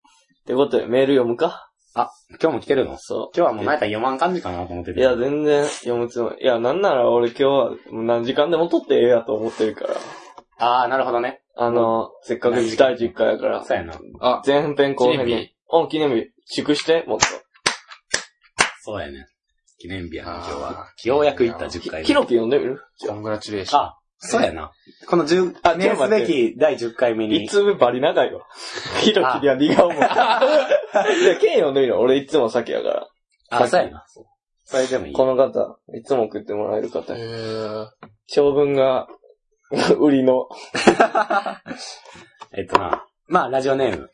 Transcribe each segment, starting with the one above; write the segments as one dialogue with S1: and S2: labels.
S1: ってことで、メール読むか
S2: 今日も来てるの
S1: そ
S2: 今日はもう何やったら読まん感じかなと思って
S1: う。
S2: て。
S1: いや、全然読むつもり。いや、なんなら俺今日はもう何時間でも撮ってええやと思ってるから。
S2: あー、なるほどね。
S1: あの、せっかく
S2: 何
S1: 次
S2: 時
S1: 回
S2: 間
S1: 10回やから、
S2: そうやな。
S3: あ、
S1: 前編後編
S3: 記念
S1: に。うん、記念日。祝して、もっと。
S2: そうやね。記念日やな、今
S3: あー
S2: 日は。ようやく行った、
S1: き
S2: 10回目。
S1: キノピ読んでみる
S3: コングラチュレーション。
S2: あ、そうやな。この10、
S1: あ
S2: 記念
S1: ちょ
S2: す
S1: っと待
S2: べ
S1: って
S2: き第10回目
S1: い
S2: に。
S1: つもバリ長いわ。キノピには荷 が重い。で、ケン読んでみる俺いつも先やから。
S2: あ、そうやな。それでもいい。
S1: この方、いつも送ってもらえる方
S3: え。ー、
S1: 長文が、 売りの。
S2: えっとな、まあ、ラジオネーム、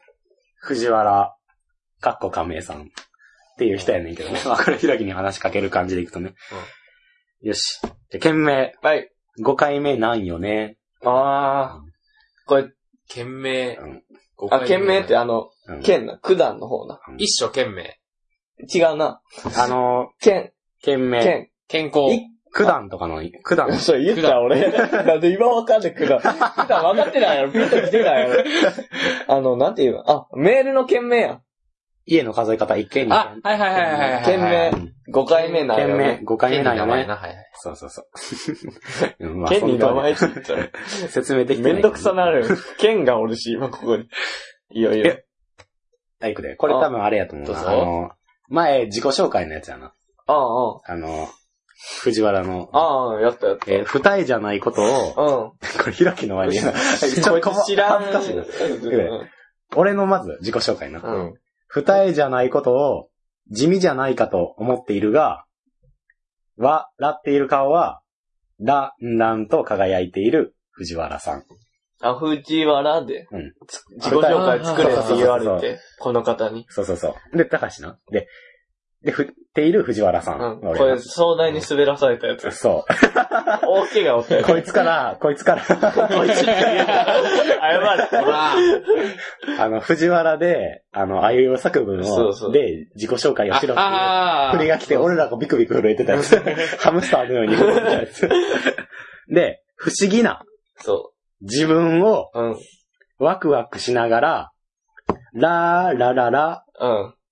S2: 藤原、かっこ亀井さんっていう人やねんけどね。まあ、これ、ひろきに話しかける感じでいくとね。よし。じゃあ、件名、
S1: はい。
S2: 5回目なんよね。
S1: あー。これ、
S3: 懸命
S2: うん。
S3: 五回
S1: あ、
S3: 目
S1: 県名ってあの、
S2: うん
S1: 県な、九段の方な。
S3: 一生懸命。
S1: 違うな。
S2: あの
S1: 県、
S2: ー、件名、
S1: 県。
S3: 健康。
S2: 九段とかの、九段。
S1: それ言ったら俺。 なんで今わかんない九段。九段わかってないやろ。ピンと来てないやろ。あの、なんて言うのあ、メールの県名やん。
S2: 家の数え方、一軒
S3: あ、はいはいはいはいはい。
S1: 県名
S2: うん
S1: 5回目なんや
S2: 件
S1: ろ
S2: 名
S1: ね。、
S2: 5回目
S3: 県
S2: な
S3: の
S2: んよ
S3: 名前
S2: ね。
S3: な、はいはい。
S2: そうそうそう。 うんまあ
S1: 県に名
S2: その通
S1: 前ついたら。
S2: り説明できてない
S1: めんどくさなる。県がおるし、今ここに。いよいよ。
S2: はい、行くで。これ多分あれやと思う
S3: どう
S2: な。
S3: ぞ
S2: あの、前、自己紹介のやつやな。
S1: ああ、あ
S2: あの、藤原の、
S1: あ、ああ、やったやった。
S2: えー二重じゃないことを、
S1: うん。
S2: これ、ひろきの前に。ちょっと
S1: こいつ知らん。
S2: 恥ずかしいな。
S1: うん
S2: 俺のまず自己紹介な。
S1: うん。
S2: 二重じゃないことを、地味じゃないかと思っているが、笑っている顔は、らんらんと輝いている藤原さん。
S1: あ、藤原で、
S2: うん
S1: つ自己紹介作れって言わ
S2: そうそう
S1: れ
S2: そう
S1: て、この方に。
S2: そうそうそう。で、高橋な。で、で、振っている藤原さん。
S1: うん。こ
S2: 俺
S1: れ、壮大に滑らされたやつ。
S2: そ
S1: 大怪我をった
S2: う。
S1: やつ。
S2: こいつから、 こいつから、
S1: こいつに言えた謝れ。
S2: あの、藤原で、あの、あいう作文
S1: そ
S2: を
S1: うそ、う
S2: で、自己紹介をしろっていう。
S3: あ
S2: 振りが来て、俺らがビクビク震えてた やつ。ハムスターのように震えてたやつ。で、不思議な
S1: そ
S2: 自分を
S1: う。うん。うん。
S2: ワクワクしながら、ラーラララ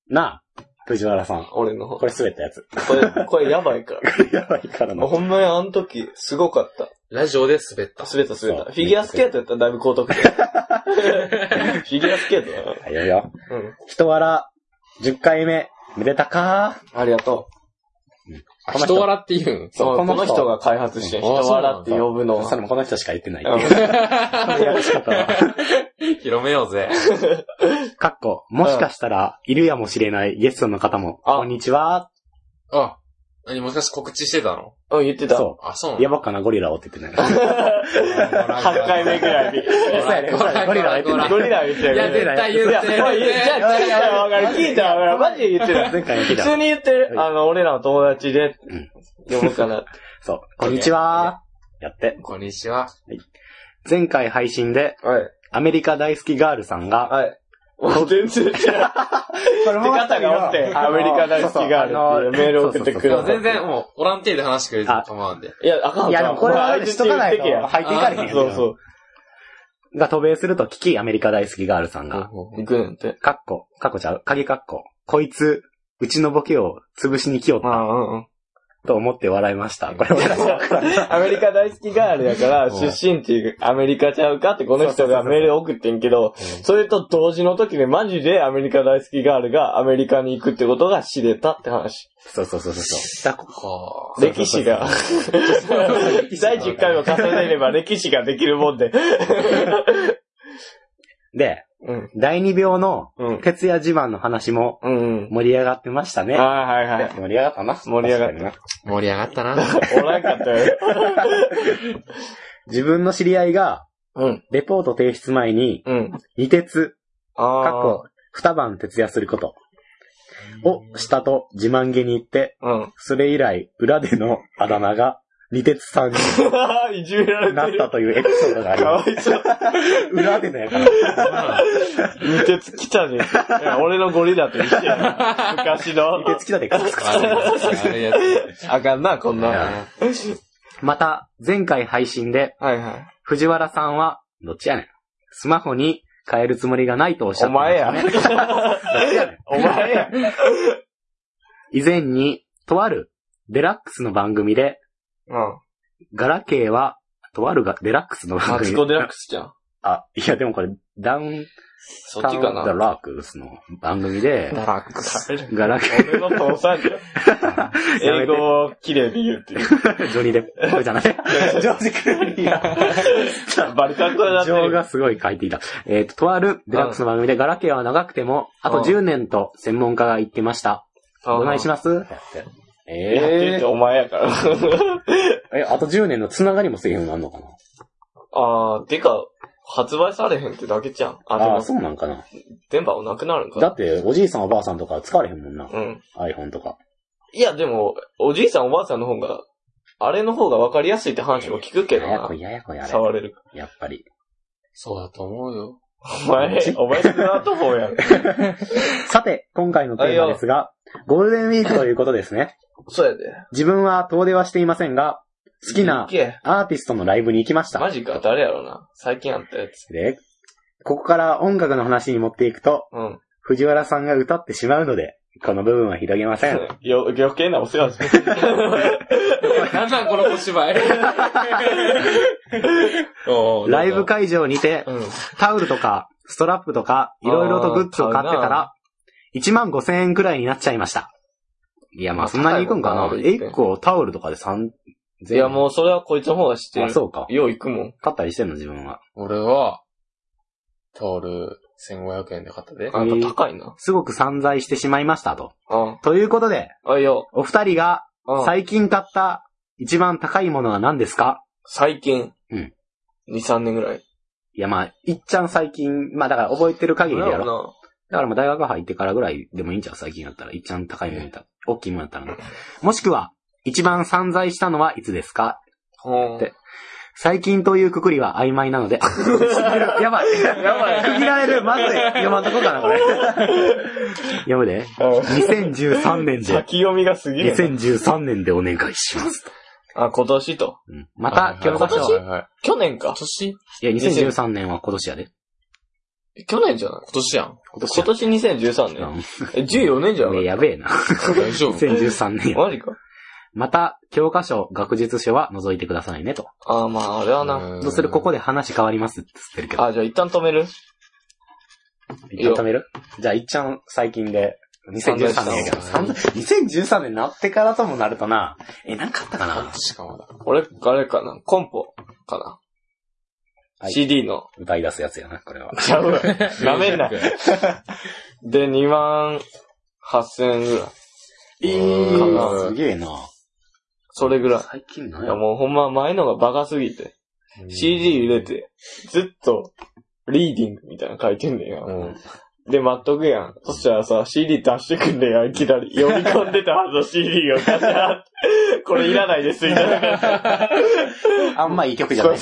S2: な藤原さん。
S1: 俺の方。
S2: これ滑ったやつ。
S1: これ、これやばいから。
S2: やばいからの。
S1: ほんまにあの時、すごかった。
S3: ラジオで滑った。
S1: 滑った滑っ
S2: そ
S1: た。
S2: う
S1: フィギュアスケートやったらだいぶ高得点。フィギュアスケートだな。
S2: はいよいよ。
S1: うん。
S2: 人笑、10回目、めでたか
S1: ありがと
S3: あ人笑って言うん
S1: う。そう、
S2: こ
S1: こ
S2: の人
S1: の人が開発してん、人
S3: あそう
S1: 笑
S3: なんだ
S1: って呼ぶの
S2: ー。そ
S1: は。
S2: れもこの人しか言ってない。
S1: うん
S3: 広めようぜ。
S2: かっこ、もしかしたら、いるやもしれないゲストの方も、
S1: あ
S2: こんにちは。
S3: あ、何もしかして告知してたの
S1: うん、言ってた。
S2: そ
S3: あ、そうな
S2: う。や
S3: の
S2: ばっかな、ゴリラをって 言ってない。
S1: 8回目ぐらいに。
S2: そうやねそうやねゴリラは言ってない
S1: ゴリラみたい
S3: い
S1: な。
S3: や、絶対言
S1: い
S3: っ
S1: や、
S3: て
S1: それは言うじゃあ、聞いたらわかる。聞いたらわかる。マジで言ってる。
S2: 前回の聞
S1: 普
S2: い た
S1: 通。に言ってる。あの、俺らの友達で
S2: うん、
S1: 読むか な。
S2: そう。こんにちは。やって。
S3: こんにちは。
S2: 前回配信で、
S1: はい。
S2: アメリカ大好きガールさんが、
S1: はい。もう全然違う。
S2: これ
S1: 手方がおって、アメリカ大好きがあるっていうメール送ってく
S3: で
S1: る
S3: も。全然もう、オランティで話してくれても構わんで。
S1: いや、あかんあかん。
S2: いや、でもこれは
S1: あ
S2: あれしとかないと入っていかれへんやん。
S1: そうそう。
S2: が渡米すると聞き、アメリカ大好きガールさんが、
S1: 行くねんて。
S2: かっこ、かっこちゃう、鍵かっこ、こいつ、うちのボケを潰しに来よ
S1: ああ、うん うん。
S2: うと思って笑いました。これ俺 らが怒られた
S1: アメリカ大好きガールやから、
S2: うん
S1: 出身っていうアメリカちゃうかってこの人がメール送ってんけど、それと同時の時でマジでアメリカ大好きガールがアメリカに行くってことが知れたって話。
S2: そうそうそうそうそう。だこ
S3: は
S2: そうそ
S1: 歴
S2: うそう
S1: 史が。 第10回を重ねれば歴史ができるもんで。
S2: で、
S1: うん。
S2: 第2秒の、
S1: うん。
S2: 徹夜自慢の話も
S1: うんうん。
S2: 盛り上がってましたね。
S1: はいはいはい。
S2: 盛り上がったな。
S1: 盛り上がった
S2: 確かにな。
S3: ぁ。盛り上がっ たな。
S1: おらんかったよ。
S2: 自分の知り合いが、
S1: うん。
S2: レポート提出前に、
S1: うん。
S2: 二鉄、
S1: あ
S2: かっ
S1: あ。
S2: こ、二晩徹夜することをしたと自慢げに言って、
S1: うん。
S2: それ以来、裏でのあだ名が、二鉄さんに
S1: いじめら
S2: な
S1: れ
S2: ってた
S1: る。
S2: というエピソードがあり
S1: か
S2: ま
S1: わいそう。
S2: す。裏でのやから。
S1: 二鉄来たね。いや俺のゴリラと一緒 や。昔の。
S2: 二鉄来たでカツカツ
S3: 悪いやつ。
S1: あかんな、こんな。
S2: はまた、前回配信で、
S1: はいはい。
S2: 藤原さんは、どっちやねん。スマホに変えるつもりがないとおっしゃ
S1: お
S2: ってま
S1: 前
S2: した
S1: や
S2: ね。。どっちやねん
S1: お前や。
S2: 以前に、とあるデラックスの番組で、
S1: うん。
S2: ガラケーは、とあるがデラックスの番
S1: マ
S2: 組
S1: ツ
S2: で
S1: コデラックスじゃん。
S2: あ、いやでもこれ、ダウン
S1: そ
S2: タ
S1: っ
S2: ウ
S1: ち
S2: ン
S1: か
S2: ダ
S1: な。
S2: ラックスの番組で、
S1: ダラックス。
S2: ガラケー、
S1: 俺の父さんじゃん。英語を綺麗に言うっていう。
S2: ジョニー・デップじゃない。ジョージ・クルーニー。
S1: バリカンコだって
S2: 情
S1: る。
S2: がすごい書いていた。えっ、と、とあるデラックスの番組で、ガラケーは長くても、あと10年と専門家が言ってました。お願いし
S1: ま
S2: ますってやって。
S1: やってる
S2: え
S1: ってお前やから。
S2: ー、え、あと10年のつながりも制限があるのかな
S1: あー、てか、発売されへんってだけじゃん。あ、で
S2: ああー、
S1: も、
S2: そうなんかな。
S1: 電波はなくなるん
S2: だ
S1: か。
S2: って、おじいさんおばあさんとか使われへんもんな。
S1: うん。
S2: iPhone とか。
S1: いや、でも、おじいさんおばあさんの方が、あれの方が分かりやすいって話も聞くけど
S2: やや
S1: な
S2: こ。いややこいあれ。
S1: 触れる。
S2: やっぱり。
S3: そうだと思うよ。
S1: お前、お前スマートフォン やん。
S2: さて、今回のテーマですが、ゴールデンウィークということですね。
S1: そうやで。
S2: 自分は遠出はしていませんが、好き
S1: 行
S2: な
S1: け
S2: アーティストのライブに行きました。
S1: マジか、誰やろな。最近あったやつ。
S2: で、ここから音楽の話に持っていくと、
S1: うん。
S2: 藤原さんが歌ってしまうので、この部分は広げません。
S1: よ、余計なお世話してる。
S3: なんなんこの小芝居。 おー
S2: ライブ。会場にて、
S1: うん。
S2: タオルとか、ストラップとか、いろいろとグッズを買ってたら、1万5千円くらいになっちゃいました。いや、まあそんなに行くんかな。
S1: 高いもんな
S2: 1個タオルとかで3、
S1: いや、もうそれはこいつの方が知ってる。
S2: あ、そうか。
S1: よう行くもん。
S2: 買ったりしてんの、自分は。
S3: 俺は、タオル1500円で買ったで。
S1: あんた高いな。
S2: すごく散財してしまいましたと。
S1: うん。
S2: ということで、
S1: あ、いや、
S2: お二人が
S1: うん。
S2: 最近買った一番高いものは何ですか
S1: 最近。
S2: うん。
S1: 2、3年ぐらい。
S2: いや、まあ、いっちゃん最近、まあだから覚えてる限りやろ。
S1: ろ
S2: だからもう大学入ってからぐらいでもいいんちゃう最近だったら。いっちゃん高いもんやったら。大きいもんやったらな。もしくは、一番散財したのはいつですか
S1: ほん。
S2: で最近というくくりは曖昧なので。やばい。やばい。区切られる。まずい。読まんとこかな、これ。読むで。2013年で。
S1: 先読みがすげえな。
S2: 2013年でお願いします。
S1: あ、今年と。
S2: うんまた、今
S3: 今
S2: 日
S3: 日今
S2: の
S3: 年
S2: は
S3: 今
S1: 去年か。
S3: 年
S2: いや、2013年は今年やで。
S1: え去年じゃない
S3: 今年やん。
S2: 今
S1: 今年2013年。え、14年じゃ
S2: うん
S1: ない
S2: やべえな。
S3: 大丈 夫。
S2: 2013年や。
S1: マジか。
S2: また、教科書、学術書は覗いてくださいねと。
S1: あ、まあ、あれはな。
S2: どうするここ
S3: で。
S2: で話変わりますって言ってるけど。
S1: あ、じゃあ一旦止める
S2: 一旦止めるじゃあ、いっちゃん最近で。2013年やけど。
S3: 散財
S2: 2013年なってからともなるとな。え、なんかあったか
S3: 半
S2: な
S3: 年かまだ。
S1: 俺、あれかな。コンポかな。
S2: はい
S1: CD の。
S2: 歌い出すやつやな、これは。
S1: ちゃうわ。なめんな。で、2万8000円ぐらい。
S2: え
S3: ー
S2: すげえな。
S1: それぐらい。
S2: 最近ない
S1: や、もうほんま前のがバカすぎて。CD 入れ。て、ずっと、リーディングみたいなの書いてんねんや。
S3: うん。
S1: で、待っとくやん。そしたらさ、CD 出してくんねんや、いきなり。読み込んでたはずの CD を出した。これいらないです、みたいな。
S2: あんまいい曲じゃない。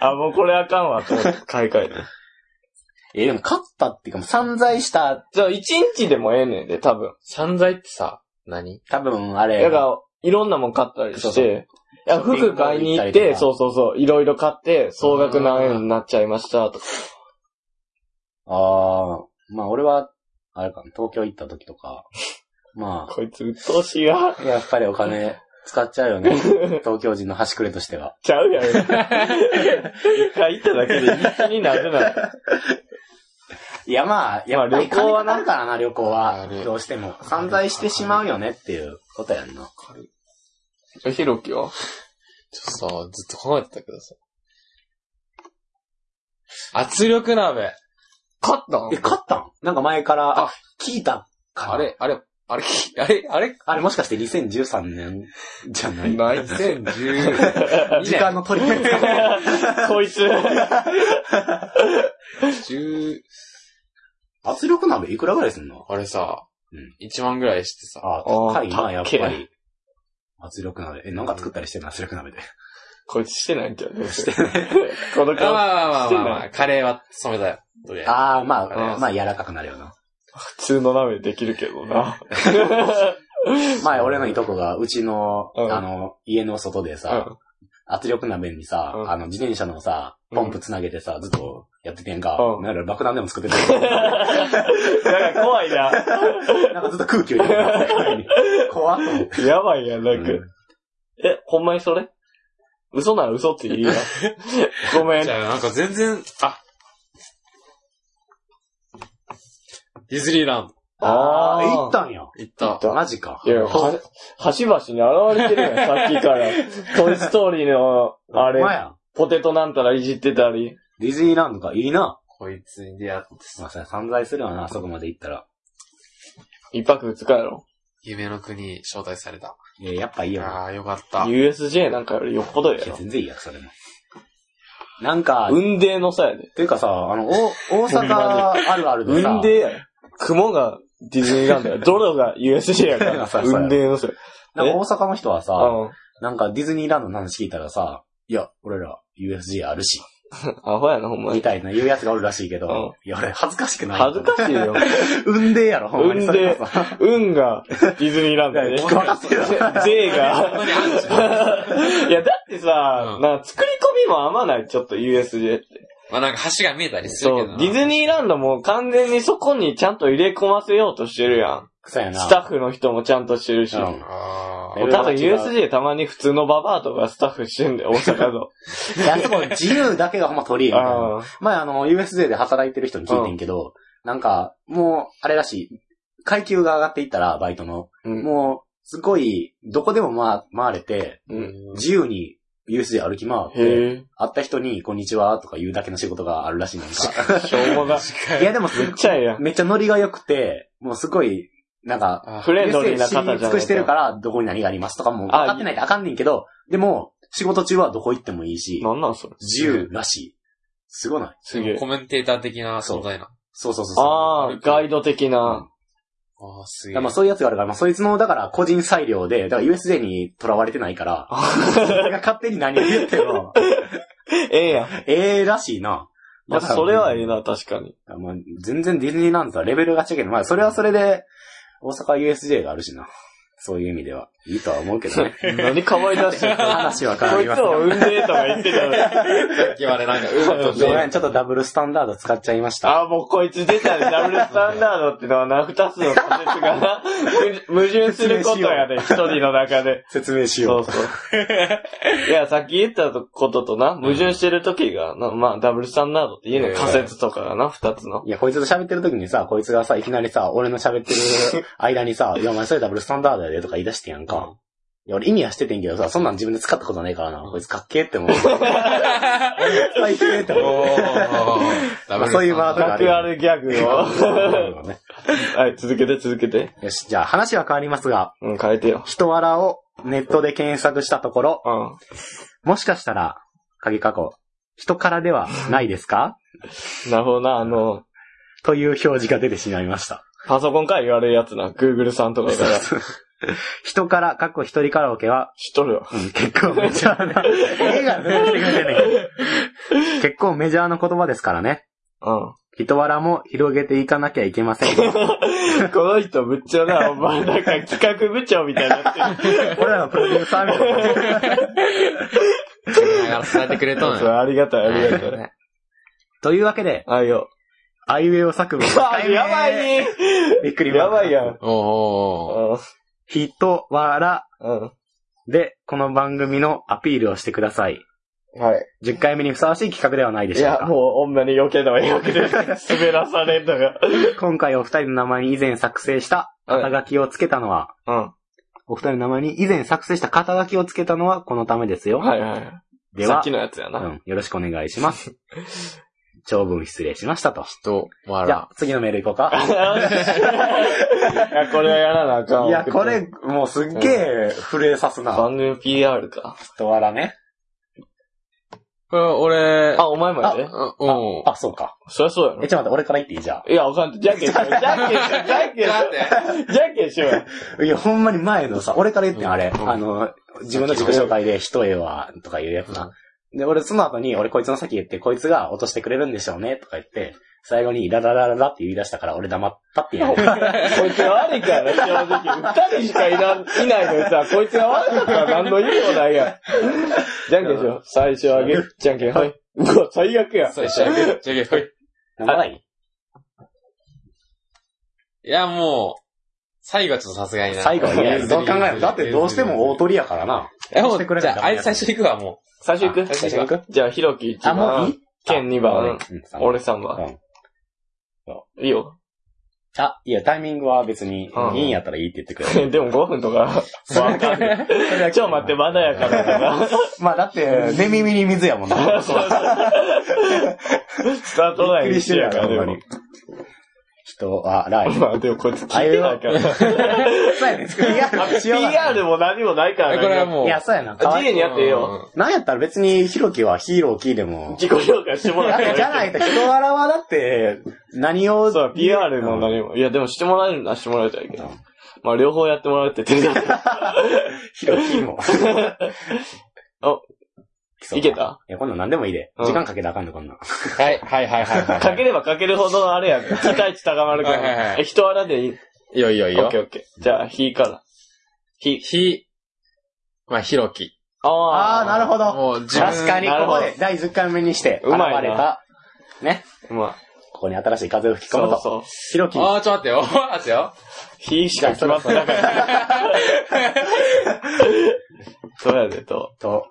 S1: あ、もうこれあかんわ、と思って、買い替えた。
S2: え、でも勝ったっていうか、もう散財した、
S1: じゃあ、1日でもええねんで、多分。
S3: 散財ってさ、何
S2: 多分、あれ。
S1: だから、いろんなもん買ったり
S2: そう
S1: し
S2: そう
S1: て、いや服買いに行っ
S2: ショッピン
S1: て、
S2: グモール行ったりとか
S1: そうそうそう、いろいろ買って、総額何円になっちゃいました、とか。
S2: あー、まあ俺は、あれかな、東京行った時とか、ま
S1: こいつ、鬱陶しいわ。
S2: あ、やっぱりお金使っちゃうよ ね。東京人の端くれとしては。
S1: ちゃうやん。一回行っただけで一気になる な。
S2: いやまあ、やっぱり
S1: まあ旅行はな
S2: 金かかるからな、旅行
S3: あ
S2: は。
S3: る
S2: どうしても。散財してしまうよねっていうことやんな。
S1: え、ひろきは
S3: ちょっとさ、ずっと考えてたけどさ。圧力鍋。
S1: 勝ったん
S2: え、勝ったんなんか前から、
S3: あ
S2: あ、聞いたから。
S3: あれ、あれ、あれ、あれ、あれ、
S2: あれもしかして2013年じゃない
S3: ない2012
S2: 時間のトリックですか
S1: こいつ。
S3: 10
S2: 圧力鍋いくらぐらいすんの
S3: あれさ
S2: うん、
S3: 1万ぐらいしてさ、
S2: あ、
S1: ー
S2: 高い
S1: 高
S2: な、
S1: い
S2: やっぱり。圧力鍋。え、なんか作ったりしてんの圧力鍋で。
S1: こいつしてないんちゃうしてない。この
S3: あまあ
S1: 顔、
S3: まあまあまあまあ、カレーは染めたよ。とりあえず。
S2: ああ、ま
S1: あ
S2: あ、まあ柔らかくなるよな。
S1: 普通の鍋できるけどな。
S2: 前、俺のいとこが、うちの、
S1: うん
S2: あの、家の外で
S1: う
S2: さ、圧力鍋にさ、
S1: うん
S2: あの、自転車のさ、ポンプつなげてさ、ずっとやっててんか。
S1: うん
S2: なんか爆弾でも作ってた よ。
S1: なんか怖いな。
S2: なんかずっと空気を入れて た。怖っと思って。
S1: やばいやん、なんか。
S2: う
S1: え、ほんまにそれ嘘なら嘘って 言うよ。ごめん
S3: じ。ゃあ、なんか全然、あ。ディズニーラン
S2: ん
S3: ド。
S2: あー、
S1: ー
S2: 行ったんや。
S3: 行った。
S1: 行った
S2: マジか。
S1: いや、は、端々に現れて るやん、さっきから。トイストーリーの、あ
S2: ほんま
S1: れ、
S2: や。
S1: ポテトなんたらいじってたり。
S2: ディズニーランドか、いいな。
S3: こいつに出会って
S2: まあ、それ散財するわな、あそこまで行ったら。
S1: 一泊二日やろ。
S3: 夢の国招待された。
S2: えー、やっぱいいよな。
S3: ああ、よかった。
S1: USJ なんかよりよっぽどや
S2: いや、
S1: ろ。
S2: 全然いいや、それも。なんか、
S1: 雲泥の差やで。
S2: ていうかさ、あの、お大阪あるあるでさ、
S1: 雲泥やろ。雲がディズニーラン ドや。泥が USJ やから。
S2: そうそう
S1: 雲泥の差や。
S2: なんか大阪の人はさ、
S1: うん。
S2: なんかディズニーランドの話聞いたらさ、いや、俺ら USJ あるし、
S1: アホやな、ほんま
S2: み
S1: に。
S2: たいな言うやつがおるらしいけど、
S1: うん
S2: いや、俺恥ずかしくない。
S1: 恥ずかしいよ。
S2: 運でやろ、ほんまに。
S1: 雲泥
S2: それがさ
S1: 運がディズニーラン ドやで。
S2: いやわかってる
S1: 税が。 いや、だってさ、
S3: うん
S1: なんか作り込みもあまない、ちょっと USJ って。
S3: まあなんか橋が見えたりする
S1: そ
S3: け
S1: う
S3: ど、な。
S1: ディズニーランドも完全にそこにちゃんと入れ込ませようとしてるやん。
S2: そうやな。
S1: スタッフの人もちゃんとしてるし。
S2: うん
S3: あ
S2: え
S3: あ。
S1: 多分
S2: 違う
S1: USJ たまに普通のババアとかスタッフしてんだよ、大阪の。
S2: いや、あそこ自由だけがほんま取り 柄みたいな。
S1: あ
S2: 前あの、USJ で働いてる人に聞いてんけど、なんか、もう、あれらしい。階級が上がっていったら、バイトの。
S1: うん
S2: もう、すごい、どこでもま、回れて、
S1: ーうん。
S2: 自由に USJ 歩き回って、
S1: へえ。
S2: 会った人に、こんにちは、とか言うだけの仕事があるらしいねんか。
S1: しょうも が。
S2: いや、でもす
S1: めっちゃええやん。
S2: めっちゃノリが良くて、もうすごい、なんか、
S3: あ
S1: フレンドリーな方じゃない
S2: USJ 知り尽くしてるから、どこに何がありますとかも分かってないとあかんねんけど、でも、仕事中はどこ行ってもいいし、
S1: なんなんそれ。
S2: 自由らしい。すごない
S1: すげえ
S3: コ。メンテーター的な存在な。
S2: そうそうそうそう。
S1: ああ、ガイド的な。
S3: ああ、す
S2: だから
S3: げえ
S2: まあ。そういうやつがあるから、まあそいつの、だから個人裁量で、だから USJ に囚われてない から、勝手に何を言っても、
S1: ええやん。
S2: ええらしいな。
S1: まあ、それはええな、確かに。
S2: もう全然ディズニーランドとはレベルが違うけど、まあそれはそれで、大阪 USJ があるしな。そういう意味では。いいとは思うけど ね。
S1: 何かわい出してんの
S2: 話は変わ
S1: こいつ
S2: ります
S1: を
S2: よ。
S1: 産んでとか言ってたら。
S3: 言われなんか、
S1: う
S3: うんん
S2: ご
S1: と
S3: と
S2: め
S3: ね。
S2: ん、ちょっとダブルスタンダード使っちゃいました。
S1: ああ、もうこいつ出たね。ダブルスタンダードってのはな、二つの仮説がな、矛盾することやね、一人の中で。
S2: 説明し
S1: そ
S2: よ
S1: うそう。 いや、さっき言ったこととな、矛盾してる時が、なまあ、ダブルスタンダードっていうの
S3: うん
S1: 仮説とかがな、二つの。
S2: う。いや、こいつと喋ってる時にさ、こいつがさ、いきなりさ、俺の喋ってる間に さ、いや、お前それダブルスタンダードやでとか言い出してやんか。いや、俺意味はしててんけどさ、そんなん自分で使ったことないからな。こいつかっけえ って思う。最低って思う。
S3: お
S2: まあそういうワードが
S1: なくあるギャグを。はい、続けて続けて。
S2: よし、じゃあ話は変わりますが、
S1: うん、変えてよ。
S2: 人わらをネットで検索したところ、
S1: うん。
S2: もしかしたら、鍵過去、人からではないですか
S1: なるほどな、あの、
S2: という表示が出てしまいました。
S1: パソコンから言われるやつな、Google さんとかから。
S2: 人から、過去一人カラオケは、
S1: 知っとるよ。
S2: うん結構メジャーな、映画出てくれてんねんけど結構メジャーな言葉ですからね。
S1: うん。
S2: 人わらも広げていかなきゃいけません。
S1: この人むっちゃ な、お前なんか企画部長みたいになってる。
S2: 俺らのプロデューサーみたいな。
S3: やらされてくれたの
S1: それ
S3: よ。
S1: ありがたい、ありがたい。
S2: というわけで、
S1: あいよ。
S2: あいうえお作文。
S1: やばい
S2: びっくりマー
S1: や
S2: ク
S1: ばいやん。
S3: おーおーおー
S2: 人わら
S1: うん。
S2: で、この番組のアピールをしてください。
S1: はい。
S2: 10回目にふさわしい企画ではないで
S1: い
S2: しょう
S1: や、
S2: か。
S1: もう女に余計な余 計で滑らされんのが。
S2: 今回お二人の名前に以前作成した肩書きをつけたのは、
S1: うん。
S2: お二人の名前に以前作成した肩書きをつけたのはこのためですよ。
S1: はいは
S2: で
S1: さっ
S2: は
S1: き、のやつや
S2: う
S1: な。
S2: ん、よろしくお願いし ます。長文失礼しましたと。
S3: 人、わ
S2: じゃあ
S3: ら。、
S2: 次のメール行こう か。
S1: いや、これはやらなあかんわ。
S2: いや、これ、もうすっげえ震えさすな。
S1: 番組 PR か。
S2: 人わらね。
S3: これ、俺、
S1: あ、お前まで
S3: あうん。
S2: あ、そうか。
S1: そりゃそうやろ
S2: え、。ちょっと待って、俺から言っていいじゃ
S1: いや、わかんない。じゃんけ んしよう。じゃんけんしよう。じゃんけんしよう。じゃんけんしようよ。
S2: ん。いや、ほんまに前のさ、俺から言ってんあれ。
S3: うん
S2: あの、自分の自己紹介で、人えは、とか言うやつな。で、俺その後に、俺こいつの先言って、こいつが落としてくれるんでしょうね、とか言って、最後にラララララって言い出したから俺黙ったってや る。
S1: こいつが悪いからな、正直。二人しかいらん、いないのにさ、こいつが悪かったら何の意味もないやん。じゃんけんしよう。最初あげる。じゃんけん、はい。うわ、最悪や。
S3: そう、じゃあげる、じゃあげる、ほい。
S2: 飲まない
S3: いや、もう、最後はちょっとさすがにな。
S2: 最後は嫌や。どう考え
S3: る
S2: るだってどうしても大
S3: と
S2: 鳥やからな。
S3: え、も
S2: してく
S3: う、
S2: れ
S3: じ
S2: ない
S3: ゃあ、あいつ最初行くわ、も
S1: 最初行く
S3: 最初行
S2: く
S1: じゃあ、ひろき1番。
S2: あもういい
S1: ケン2番。
S2: うん
S1: 俺3番。
S2: うん
S1: いいよ。
S2: あ、いや、タイミングは別に
S1: う、ん
S2: いいんやったらいいって言ってくれ る。
S1: でも5分とか。わかんないちょ、待って、まだやからな。
S2: まあだって、寝耳に水やもん な。
S1: そうそうスタートライン一緒やから、で
S2: ほんま
S1: も
S2: に。人は、ライ。
S1: まあ、でもこいつ聞いてないから。
S2: そうやねん。PR
S1: PR も何もないか
S3: う。
S1: ら
S3: え
S1: ね。
S3: これはもう、
S2: いや、そうやな。
S1: 自由にやってよ。
S2: なんやったら別に、ヒロキはヒーローキーでも。
S1: 自己評価してもら
S2: だ
S1: っ
S2: って
S1: も
S2: てじゃないと、人柄はだって、何を。
S1: そう、PR も何も。いや、でもしてもらえるな、してもらいたいけ
S2: う
S1: ど
S2: ん。
S1: まあ、両方やってもらうって言ってるけど
S2: ヒロキも。
S1: お
S2: そう
S1: いけた
S2: いや、こんなん何でもいいで。
S1: うん
S2: 時間かけたらあかんの、こんなん。
S3: はい、はい、はい、はいはい。
S1: かければかけるほどあれやね。期待値高まるか
S3: はいはいは
S1: ら。
S3: い
S1: え、人あらでいい。
S3: いいよ、いいよ、いい
S1: オッケ。
S3: よ
S1: ーオッケー。じゃあ、火から。火。
S3: ひ、まあ、ひろき。
S2: あー、なるほど。
S3: もう、自分
S2: 確かに、
S1: なる
S2: こ
S1: ほど
S2: こで、第10回目にして、
S1: う
S2: 現
S1: まいな
S2: れた、ね。
S1: ど。まあ、
S2: ここに新しい風を吹き込む
S1: そう
S2: と、
S1: そう。
S2: ヒロキ、
S3: あー、ちょっと待ってよ。待ってよ。
S1: 火しか決まってなかった。 そうやで、と。
S2: と、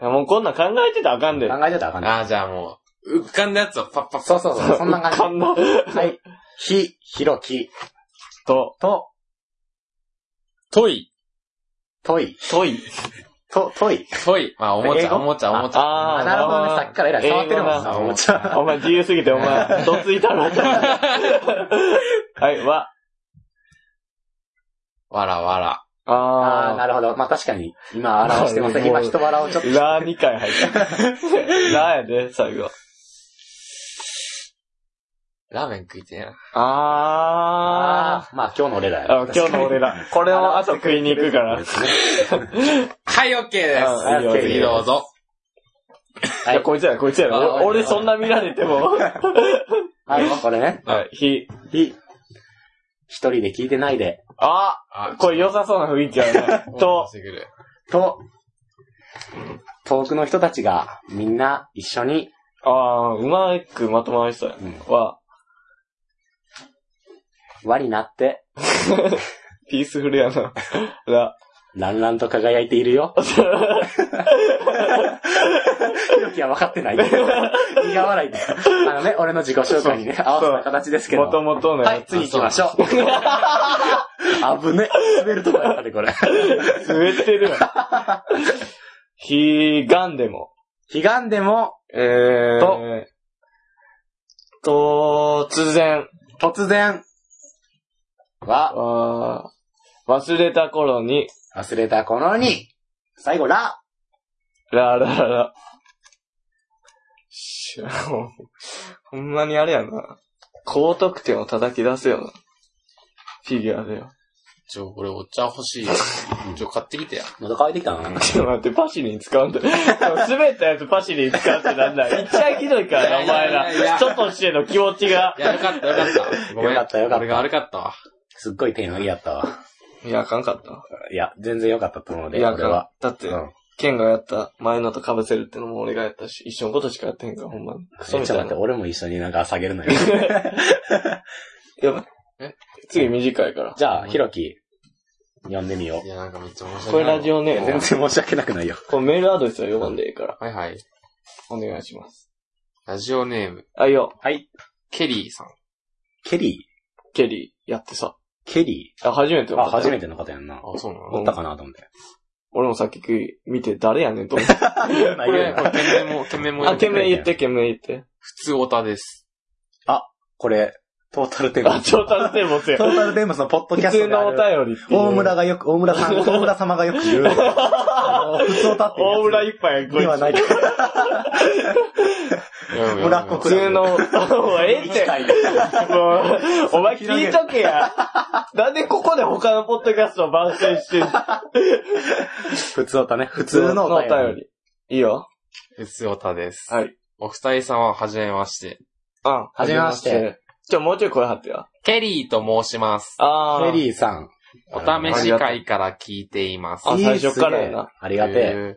S1: いやもうこんなん考えてたらあかんで。
S2: 考えてたらあかんない。
S3: あー、じゃあもう、浮かんだやつをパッパッ
S2: そうそうそう、そんな
S1: あか
S2: 感
S1: んな。
S2: じ。はい。ひ、ひろき、
S1: と、
S2: と、
S3: トイ、
S2: とい、
S1: とい。
S2: と、とい。
S3: トイ。まあ、おもち
S2: 英語
S3: ゃ、おもちゃ、おもちゃ。
S1: あ
S2: あ、
S1: ー、
S2: なるほどね、さっきからえらい触ってるもん
S1: 英
S2: な、
S3: 語な
S2: おもちゃ。
S1: 語なお前自由すぎて、お 前、どついたろ。はい、わ。
S3: わらわら。
S2: ああ、
S1: あ
S2: なるほど。まあ確かに、今表してます。今人笑をちょっと
S1: ー。、ラ2回入った。ラやで、最後。
S3: ラーメン食いてえな。
S1: あ
S2: あーまあ今日の俺だ
S1: ー。あ
S2: よ。
S1: 今日の俺 ら。これを後食いに行くから。
S2: ですね。
S3: はい、オッケ
S1: あ
S2: いい
S3: ー
S2: よ
S3: です。次どうぞ。
S1: いや、こいつや、こいつや。
S3: あ
S1: 俺俺そんな見られても。
S2: はい、これね。
S1: はい、ひ。
S2: ひ、一人で聞いてないで。
S1: あ
S3: あ
S1: これ良さそうな雰囲気あるね。と、
S2: と、遠くの人たちがみんな一緒に、
S1: あー、うまくまとまりそうや
S2: うん。
S1: わ、
S2: 輪になって、
S1: ピースフルやな。ラ。
S2: ランランと輝いている よ。ひろきは分かってない。苦笑いで。あのね、俺の自己紹介にね、合わせた形ですけど。
S1: もともとの
S2: は
S1: や
S2: い、
S1: つ。
S2: 次行きましょう。 危ね。滑るとこやったね、これ。
S1: 滑ってるわ。ひがんでも。
S2: 悲願でも、
S1: えー。と、突然。
S2: 突然、は、
S1: あー忘れた頃に、
S2: 忘れた頃に、最後、ら、
S1: ラララ。しもうほんまにあれやな。高得点を叩き出せよな。フィギュアでよ。
S3: ちょ、俺お茶欲しいよ。ちょ、買ってきてや。
S2: 喉乾いてきたな。
S1: ちょっと待って、パシリに使 うんだ。滑ったやつパシリに使うってなんだ。一番ひどいからな、お前
S3: いやいやいやい
S1: ら。
S3: や
S1: ちょっとしての気持ちが。
S3: いや、よかった、よかった。ごめん。
S2: よかったよかった
S3: 俺が悪かったわ。
S2: すっごい手のぎやったわ。
S1: いや、あかんかったわ。
S2: いや、全然良かったと思うの
S1: い
S2: で、
S1: や、あ
S2: 俺
S1: かん
S2: は。。
S1: だって、
S2: うん。
S1: ケンがやった前のと被せるってのも俺がやったし、一緒のことしかやってへんから、ほんまに。ク
S2: ち
S1: ソ
S2: ょっ
S1: み
S2: と
S1: た
S2: 待
S1: い
S2: って、
S1: な。
S2: 俺も一緒になんか下げるのよ。
S1: やばい
S3: え
S1: 次短いから。
S2: じゃあ、ひろき、呼んでみよ
S3: いや、なんかめっちゃ面白い。
S1: これラジオネ
S2: う。
S1: ー
S2: 全
S1: ム
S2: 然。申し訳なくないよ。
S1: これメールアドレスは読んでいいから。
S3: はいはい。
S1: お願いします。
S3: ラジオネーム、
S1: あ、いいよ。
S2: はい。
S3: ケリーさん。
S2: ケリ
S1: ケリー、やってさ。
S2: ーケリ
S1: あ、初めて
S2: ーあ、初め
S1: て。
S2: ての方やんな。
S3: あ、そうなの
S2: おったかなと思って。
S1: 俺もさっき見て、誰やねんと思っ て。
S3: これ、これ、懸 命も、懸命も
S1: あ、懸命言っ
S3: 普
S1: て、懸命言って。
S3: 通オタです。
S2: これ、トータルテンボ
S1: あ、
S2: ス。
S1: 調達テーマせ
S2: ト
S1: よ。
S2: ータルテンボスのポッドキャ
S1: 普
S2: スト
S1: 通
S2: であ
S1: のお
S2: る
S1: 便りっていう。
S2: 大村がよく、大村さん、大村様がよく言う。あの普通を立って
S1: 大村いっぱいや、こ
S2: ではいないけど。村っ子
S1: つ。普通の、もうええって。
S2: 近いね
S1: もう、お前聞いとけや。なんでここで他のポッドキャストを番宣してんの
S2: 普通だね。普通のお便り。
S1: り。いいよ。
S3: 普通オタです。
S1: はい。
S3: お二人様はじめまして。
S1: うん。
S2: はじめまして
S1: はじめま。ちょ、もうちょい声張ってよ。
S3: ケリーと申します。
S1: あ
S2: ェ
S1: ー。
S2: リーさん。
S3: お試し会から聞いています。
S1: あ最初からやな
S2: やありがてえ。
S3: えー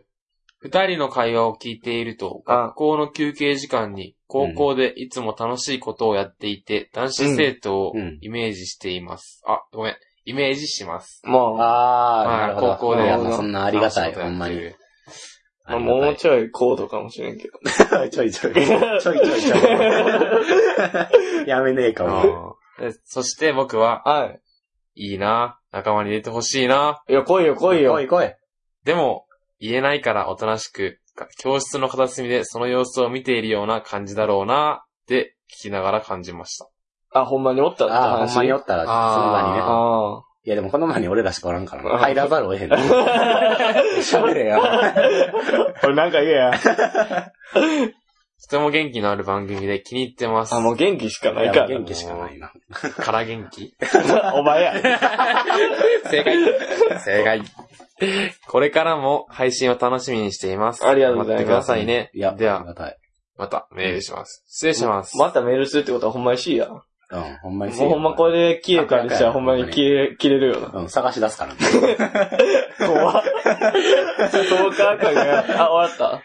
S3: 二人の会話を聞いていると、
S1: あ
S3: 学校の休憩時間に、高校でいつも楽しいことをやっていて、男子生徒を
S2: うん
S3: イメージしています。あ、ごめん。イメージします。
S1: もう、
S2: あ
S3: ま
S2: ー、
S3: あ
S2: なるほど。
S3: 高校で
S2: いやまあそんなありがたい、
S3: 楽し
S2: ほん
S3: こと
S2: ま
S3: やって
S2: に。
S3: る
S1: まあもう
S2: ち
S1: ちょい高度かもしれんけど。
S2: ょい ちょいちょい。ちょいちょいちょい。やめねえか も。
S3: うんでそして僕は、
S1: はい
S3: いな、仲間に入れてほしいな。。
S1: いや、来いよ来いよ
S2: 来。い来い。
S3: でも、言えないからおとなしく、教室の片隅でその様子を見ているような感じだろうな、って聞きながら感じました。
S1: あ、ほんまにおったって
S2: ああ、
S1: 話。
S2: ほんまにおったら、その場にね。
S1: あ
S2: いやでもこの場に俺らしかおらんから
S1: あ
S2: な。
S1: ー
S2: 入らざるを得へ んな。喋れよ。
S1: あ。これなんか言えや。
S3: とても元気のある番組で気に入ってます。
S1: あ、もう元気しかないい
S2: や
S1: から
S2: 元気しかないな。
S3: から元気
S1: な。お前や。
S3: 正解。正解。これからも配信を楽しみにしています。
S1: ありがとうございます
S3: 頑張ってくださいね。
S2: いや、
S3: で
S2: あり
S3: は、
S2: がたい。
S3: またメールします。失礼します。
S1: またメールするってことはほんまにしいや。も
S2: うん、ほんま
S1: う
S2: にせえよ
S1: ほんまこれで消えたりしたらほんまに消え、切れるよな。
S2: うん、探し出すからね。
S1: 怖 っ。そうか、かが。あ、終わっ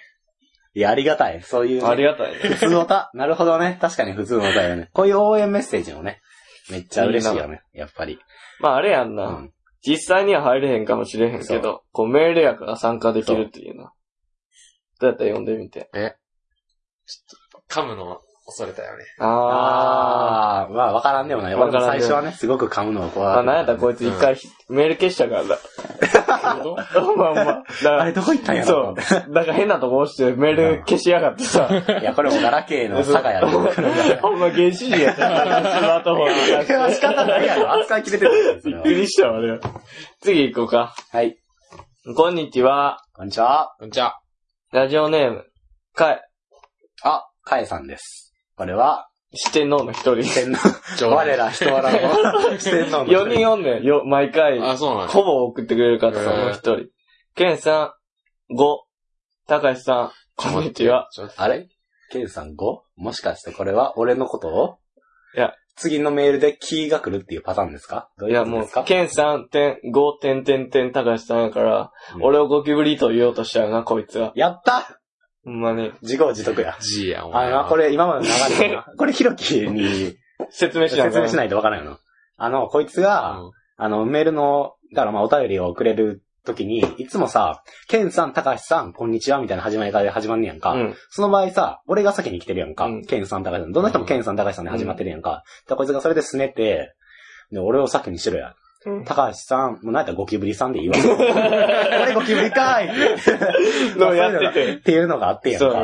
S2: いや、ありがたい。そういう
S1: た。あり
S2: ね、
S1: がたいね。
S2: 普通の歌。なるほどね。確かに普通の歌よね。こういう応援メッセージもね。めっちゃ嬉しいよね。やっぱり。
S1: まああれやん
S2: う
S1: な。
S2: ん。
S1: 実際には入れへんかもしれへんけ
S2: そ
S1: ど、こうメールやから参加できるっていうな。どうやったら読んでみて。
S3: 噛むの恐れたよね。
S1: あ
S2: あー、まあわからんでもない。
S1: わ
S2: 俺
S1: から
S2: も
S1: んでもない
S2: 最初はね、すごく買うのを怖
S1: ー。まあ
S2: がって
S1: なんやったらこいつ一回ひメール消したから だ。ほんまほんま。だか
S2: あ
S1: ら、
S2: れどこ行ったんや
S1: そ
S2: ろ
S1: う。なんか変なとこ押してメール消しやがってさ。
S2: いや、これもガラケーの佐賀やで。
S1: ほんま原始人やった。スマートフォンの
S2: これは仕方ないやろ。扱い切れてる
S1: びっくりしたわ、ね。次行こうか。
S2: はい。
S1: こんにちは。
S2: こんにちは。
S3: じゃあ、
S1: ラジオネーム。かい。
S2: あ、カエさんです。これは、
S1: 四天王の一人。
S2: 四天
S3: 上
S2: 王。
S3: 手
S2: 我ら人柄の四天王の人。
S1: 4人おんねん。よ、毎回、
S3: あ、そうなんだ。
S1: ほぼ送ってくれる方、
S3: へー
S1: その一人。ケンさん、5。たかしさん、こんにちは。
S3: ちょっと。
S2: あれケンさん 5? もしかしてこれは俺のことを
S1: いや。
S2: 次のメールでキーが来るっていうパターンですかどう
S1: い
S2: いう
S1: や、
S2: こと
S1: も
S2: で
S1: う
S2: すか、
S1: ケンさん、点、5、点、点、点、たかしさんやから、
S2: うん
S1: 俺をゴキブリと言おうとしたよな、こいつは。
S2: やった
S1: ほんまに。
S2: 自業自得や。
S3: G や、お
S2: あ
S3: 前は
S2: の、これ今までの流れだな。これヒロキに
S1: 説明しなあかん
S2: 説明しないとわからんよな。あの、こいつが、
S3: うん
S2: あの、メールの、だからまあお便りをくれるときに、いつもさ、ケンさん、たかしさん、こんにちは、みたいな始まりからで始まんねやんか。
S1: うん。
S2: その場合さ、俺が先に来てるやんか。
S1: うん
S2: ケンさん、たかしさん。どんな人もケンさん、たかしさんで始まってるやんか。でこいつがそれで拗ねて、で、俺を先にしろや。
S1: うん
S2: たかしさん、もうなんかゴキブリさんで いいわ。俺ゴキブリかい
S1: のやってて。
S2: っていうのがあってやん
S1: そ
S2: か。
S1: あ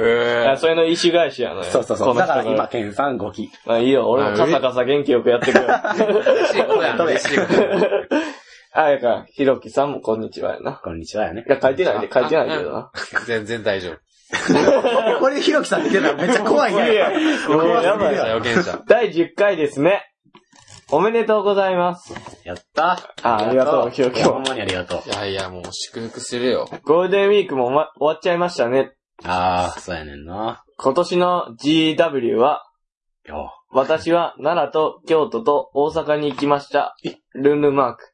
S3: え
S1: それの意趣返しやのよ。
S2: そうそうそう。
S1: この
S2: だ
S1: 人
S2: か
S1: が
S2: ら今、ケンさん、ゴキ。
S1: まあいいよ、俺もカサカサ元気よくやってくよ。
S3: ー、嬉しいことやん、
S2: どれ
S3: 嬉しいことやん。
S1: あやか、ひろきさんもこんにちはやな。
S2: こんにちはやね
S1: い。や、書いてないで、書いてないけどな。
S3: 全然大丈夫。
S2: これ、ひろきさん見てたらめっちゃ怖いね。
S1: ごめん
S2: 怖すぎ
S1: やば
S2: る
S1: い
S2: や
S1: な
S2: ろ
S3: 予言者。
S1: 第10回ですね。おめでとうございます。
S2: やった
S1: あありがとうひろき
S2: ほんまにありがとう。
S3: いやいや、もう祝福するよ。
S1: ゴールデンウィークも、ま、終わっちゃいましたね。
S2: ああ、そうやねんな。
S1: 今年の GW は、
S2: よ
S1: 私は奈良と京都と大阪に行きました。ルンルンマーク。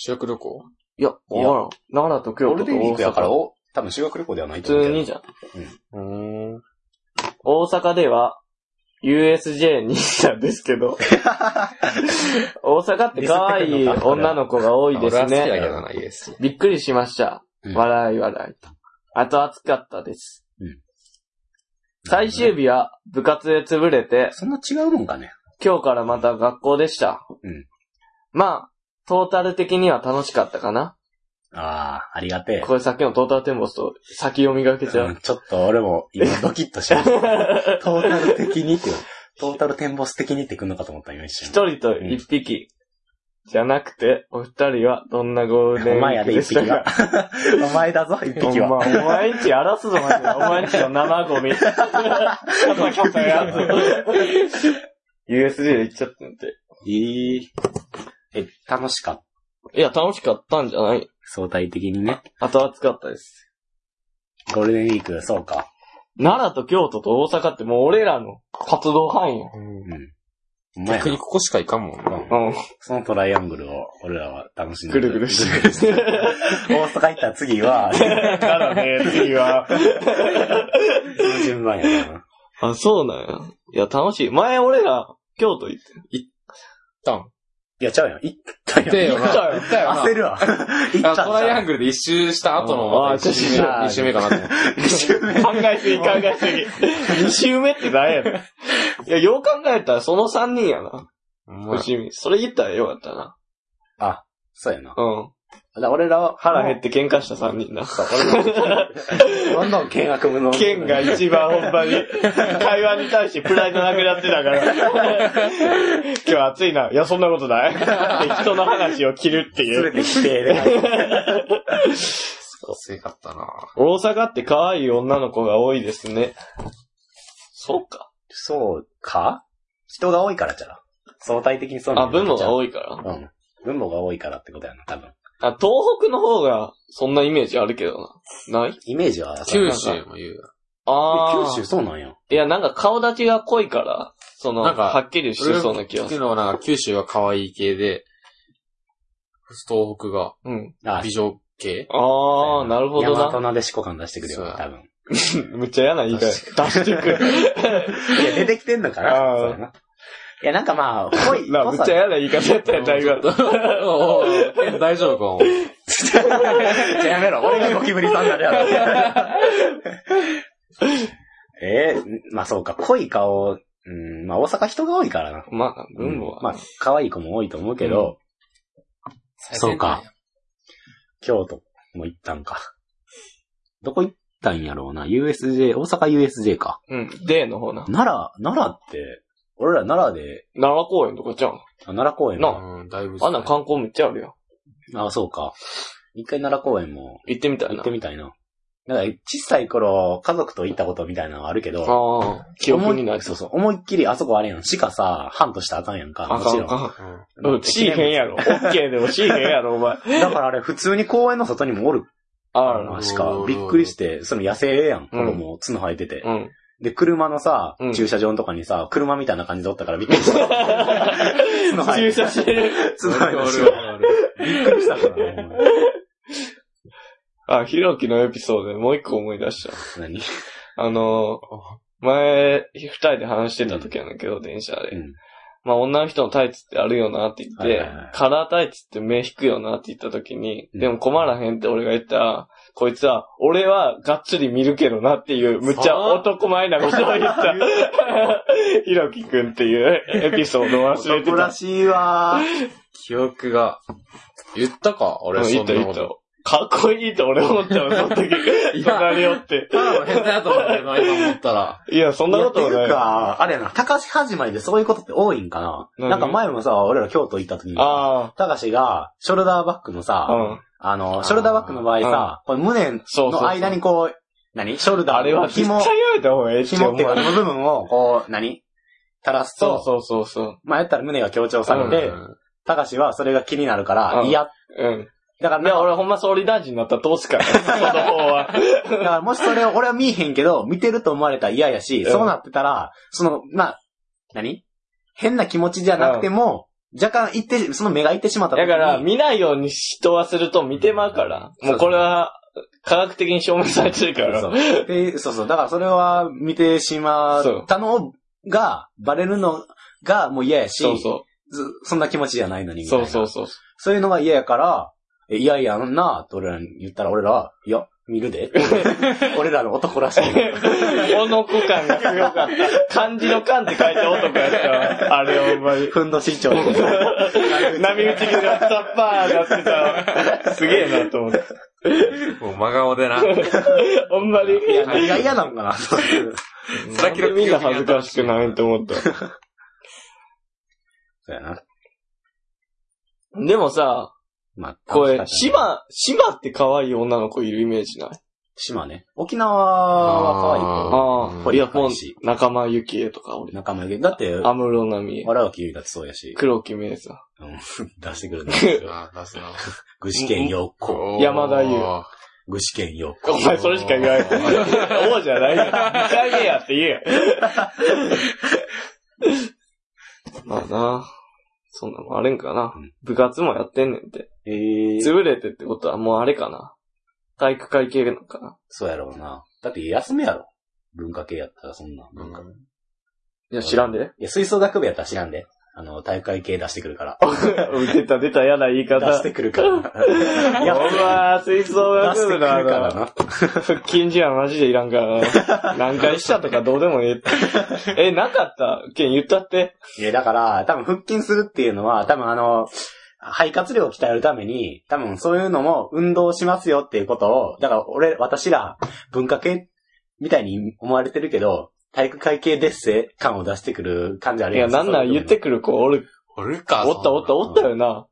S3: 修学旅行
S1: いや、
S2: いや
S1: わからん。奈良と
S2: う。
S1: 京都と大阪。
S2: お多分修学旅行ではない
S1: 普
S2: と思う
S1: 通
S2: けど。
S1: にじゃん。
S3: うん。
S1: 大阪では、USJ にしたんですけど。 大阪って可愛い女の子が多いで
S3: 俺は
S1: す
S3: 好きだ
S1: ね。
S3: けどな、イエス。
S1: びっくりしました。
S2: うん
S1: 笑い笑いと。あと暑かったです。
S2: うん
S1: 最終日は部活で潰れて、
S2: そんな違うもんかね。
S1: 今日からまた学校でした。
S2: うん
S1: まあ、トータル的には楽しかったかな。
S2: ああ、ありがてえ。
S1: これさっきのトータルテンボスと先読みがけちゃ
S2: う
S1: う。
S2: んちょっと俺も今ドキッとしました。トータル的 にって、トータル展望ス的にってくんのかと思った今一
S1: 一
S2: 瞬。
S1: 人と一匹。じゃなくて、お二人はどんなゴールデン
S2: お
S1: ウ
S2: 前
S1: ィ
S2: や
S1: ーク
S2: で
S1: で
S2: 一
S1: し
S2: 匹
S1: た
S2: は
S1: か。
S2: お前だぞ、一
S1: ほん
S2: 匹
S1: ま、
S2: は。
S1: お前んち荒らすぞ、マジで。お前んちの生ゴ ミ。USJ で行っちゃってんて。
S2: いい。え、楽しかった。
S1: いや、楽しかったんじゃない
S2: 相対的にね。
S1: あと暑かったです。
S2: ゴールデンウィーク、そうか。
S1: 奈良と京都と大阪ってもう俺らの活動範囲や。
S2: うん。まや
S3: 逆に
S2: な。
S3: ここしかいかんもんな。
S1: うん。
S2: そのトライアングルを、俺らは楽しんで
S1: ぐるぐるしてる。
S2: 大阪行ったら次は、からね、次は。順番やな。
S1: あ、そうなんや。いや、楽しい。前俺ら、京都行って。
S3: 行っ
S2: いや、ちゃうやん。行った
S3: たん。行った
S2: やん。
S3: よな。行ったよな。
S2: 焦るわ。 行った
S3: あトライアン
S2: グ
S3: グルで一周した後の、ま
S1: あ
S3: た
S1: ー
S3: 一周
S1: ちょ
S3: 目、
S2: っと
S3: 二周目かなと思って。
S2: ル。2周目。
S1: 考えすぎ、考えすぎ。二周目って何やねん。いや、よう考えたらその三人やな。
S3: ほんまや
S1: 伏見。それ言ったらよかったな。
S2: あ、そうやな。だか
S1: うん。
S2: ら俺らは
S1: 腹減
S2: っ
S1: って喧嘩した三人な。
S2: て、どんどん険悪無能。
S1: 剣が一番ほんまに、会話に対してプライドなくなってたから。今日暑いな。いや、そんなことない。って人の話を切るってい
S2: すべ
S1: う。
S2: て否定で入って。
S3: 強かったな
S1: 大阪って可愛い女の子が多いですね。そうか。
S2: そうか人が多いからじゃな。相対的にそう
S1: あ、
S2: なんだ
S1: 分母が
S2: い。
S1: 多いから。
S2: うん。分母が多いからってことやな、多分。
S1: あ、東北の方が、そんなイメージあるけどな。ない
S2: イメージは、
S3: 九州も言う。
S1: あ
S2: え
S1: あ。
S2: 九州そうなんや。
S1: いや、なんか顔立ちが濃いから、その、
S3: なんか
S1: はっきりしてそうな気が
S3: 聞
S1: す
S3: く
S1: る。
S3: のはなんか九州が可愛い系で、東北が
S1: うん。
S2: あ
S3: 美、女系
S1: ああ、なるほど
S2: 山
S1: な。
S2: となでしこ感出してくるよな、
S3: そう
S2: 多分。
S1: むっちゃ嫌な言い方。出してくる。
S2: いや、出てきてんのかな
S1: あー
S2: そうやな。いや、なんかまあ、ぽい。
S1: な、む
S2: ぽ
S1: っ
S2: さ
S1: ちゃ 嫌な言い方やったよ、だいぶ。
S3: おーおー大丈夫かもう。
S2: じゃあやめろ、俺がゴキブリさんになるや ろ。ええまあそうか、濃い顔、うん、まあ大阪人が多いからな。
S1: まあ、分母は。
S2: まあ、可愛い子も多いと思うけど、そうか。京都も行ったんか。どこ行ったんやろうな。USJ、大阪 USJ か。
S1: うん。D の方な。
S2: 奈良、奈良って、俺ら奈良で、
S1: 奈良公園とかじゃん。
S2: あ奈良公園
S1: な
S2: も。
S3: うん、だいぶ。
S1: あんなん観光めっちゃあるよ。
S2: ああ、そうか。一回奈良公園も
S1: 行ってみたい
S2: 行
S1: な。
S2: っ
S1: あ
S2: てみたいな。なんか、小さい頃、家族と行ったことみたいなのはあるけど、
S1: あー、記憶にない。
S2: そうそう。思いっきりあそこあれやん。鹿さ、ハントしたらあかんやんか。
S1: あ
S2: も
S1: か
S2: ち
S1: ん
S2: ろ
S1: あ
S2: ん。
S1: か
S3: うん
S1: ん。うん、しいへんやろ。オッケーでもしいへんやろ、お前。
S2: だからあれ、普通に公園の外にもおる
S1: あ
S2: 鹿
S3: ー
S2: か。びっくりして、その野生やん。
S1: う
S2: こ
S1: ん
S2: こも角生えてて
S1: あ。。うん。
S2: で、車のさ
S1: うん、
S2: 駐車場のとかにさ、車みたいな感じでおったからびっくり した。角生え
S1: 駐
S2: て
S1: 車してる。
S2: 角生えてる
S3: 俺は俺は
S2: びっくりしたからね。お前
S1: あ、ひろきのエピソードでもう一個思い出した。
S2: 何
S1: あのー、前、二人で話してた時やねんけど、電車で。
S2: うん
S1: まあ、女の人のタイツってあるよなって言って、
S2: はいはいはい
S1: カラータイツって目引くよなって言った時に、
S2: うん
S1: でも困らへんって俺が言ったら、こいつは、俺はがっつり見るけどなっていう、むっちゃ男前なことを言 った。 ひろきくんっていうエピソードを忘れて
S2: 男ら
S1: た。
S2: しいわ
S3: 記憶が、言ったか俺、
S1: うん言
S3: そ
S1: っ
S3: ん
S1: た
S3: な
S1: 言
S3: こ
S1: った
S3: と。
S1: かっこいいと俺思った の、その時。隣よって。
S3: ただの変態だと思って、今思ったら。
S1: いや、そん
S2: い
S1: な
S2: や
S1: こ
S2: って。
S1: とはないいう
S2: か、あれやな、高橋始まりでそういうことって多いんかな。
S1: 何
S2: なんか前もさ、俺ら京都行った時にさ、
S1: あ
S2: 高橋が、ショルダーバッグの
S1: あ、う
S2: さ、
S1: ん。
S2: あの、ショルダーバッグの場合さ、これ胸
S1: そうそうそう
S2: の間にこう、何ショルダーの
S1: あれは絶対
S2: 紐
S1: や、めた方がええって
S2: 紐
S1: 思
S2: っ
S1: う
S2: ていうか、この部分を、こう、何垂らす
S1: そう
S2: と、
S1: そうそうそう。
S2: まあやったら胸が強調されて
S3: う、ん
S2: たかしはそれが気になるから、
S1: うん
S2: いや、
S1: うん。
S2: だから
S1: いや、
S2: な、
S1: 俺ほんま総理大臣になったら通すから、その方は。
S2: だからもしそれを、俺は見えへんけど、見てると思われたら嫌やし、
S1: うん
S2: そうなってたら、その、まあ、何変な気持ちじゃなくても、若干行って、その目が行ってしまった
S1: だ
S2: 時に
S1: から、見ないように人はすると見てまうから。
S2: うん
S1: もうこれは、科学的に証明されてるから。
S2: そうそうでそうそう。だからそれは見てしまったのが、バレるのがもう嫌やし、
S1: そうそ
S2: ずそんな気持ちじゃないのに
S1: う。
S2: みたい
S1: そ
S2: な。
S1: うそうそう。
S2: そういうのが嫌やから、え嫌やんな、と俺らに言ったら俺らは、いや、見るで。俺らの男らしい。
S1: おのこ感が強か った。漢字の漢って書いて男やったわあれほんまに。
S2: ふんどし長。
S1: 波打ち際がザッパーなってたわすげえなと思って。
S3: もう真顔でな。
S1: ほんまに。
S2: いや、何が嫌なのかなと思って
S3: そら記録
S1: みんな恥ずかしくないと思った。
S2: そうやな。
S1: でもさ、
S2: まあ、
S1: これ、
S2: 楽しかったね。
S1: 島、島って可愛い女の子いるイメージない
S2: 島ね。沖縄は可愛い
S1: あ
S3: うん
S1: あ、いや、
S2: 可
S1: も
S2: 愛
S1: う
S2: いし、
S1: 仲間由紀恵とか俺
S2: 子。。仲間だって、
S1: 安室奈美恵、
S2: 笑う気だってそうやし。
S1: 黒木メイさ
S2: うん出してくるな。
S3: あ出すな
S2: 具志堅洋子。
S1: 山田優
S3: おー
S2: 具志堅よ。
S1: お前それしか言わない。王じゃないよ。二回目やって言え。まあなそんなのあれんかな
S2: うん。
S1: 部活もやってんねんて。
S2: ええ
S1: 潰れてってことはもうあれかな。体育会系なのかな。
S2: そうやろうな。だって休めやろ。文化系やったらそんな。文化。い
S1: いや、知らんで。
S2: や、吹奏楽部やったら知らんで。あの、大会系出してくるから。
S1: 出た出た嫌な言い
S2: 出し
S1: 方。
S2: てくるから。
S1: いや、お前、吹奏
S2: 出し
S1: 楽
S2: てく
S1: 部
S2: るか
S1: のあ
S2: ら
S1: の、
S2: な。
S1: 腹筋じゃマジでいらんからな。何回したとかどうでもいい。 え、なかったけん言ったって。
S2: いや、だから、多分腹筋するっていうのは、多分あの、肺活量を鍛えるために、多分そういうのも運動しますよっていうことを、だから俺、私ら、文化系みたいに思われてるけど、体育会系デッセ感を出してくる感じあ
S1: い
S2: る
S1: や、
S2: ん
S1: なんなん言ってくる子おる、
S3: おるか。
S1: おったおったおったよな。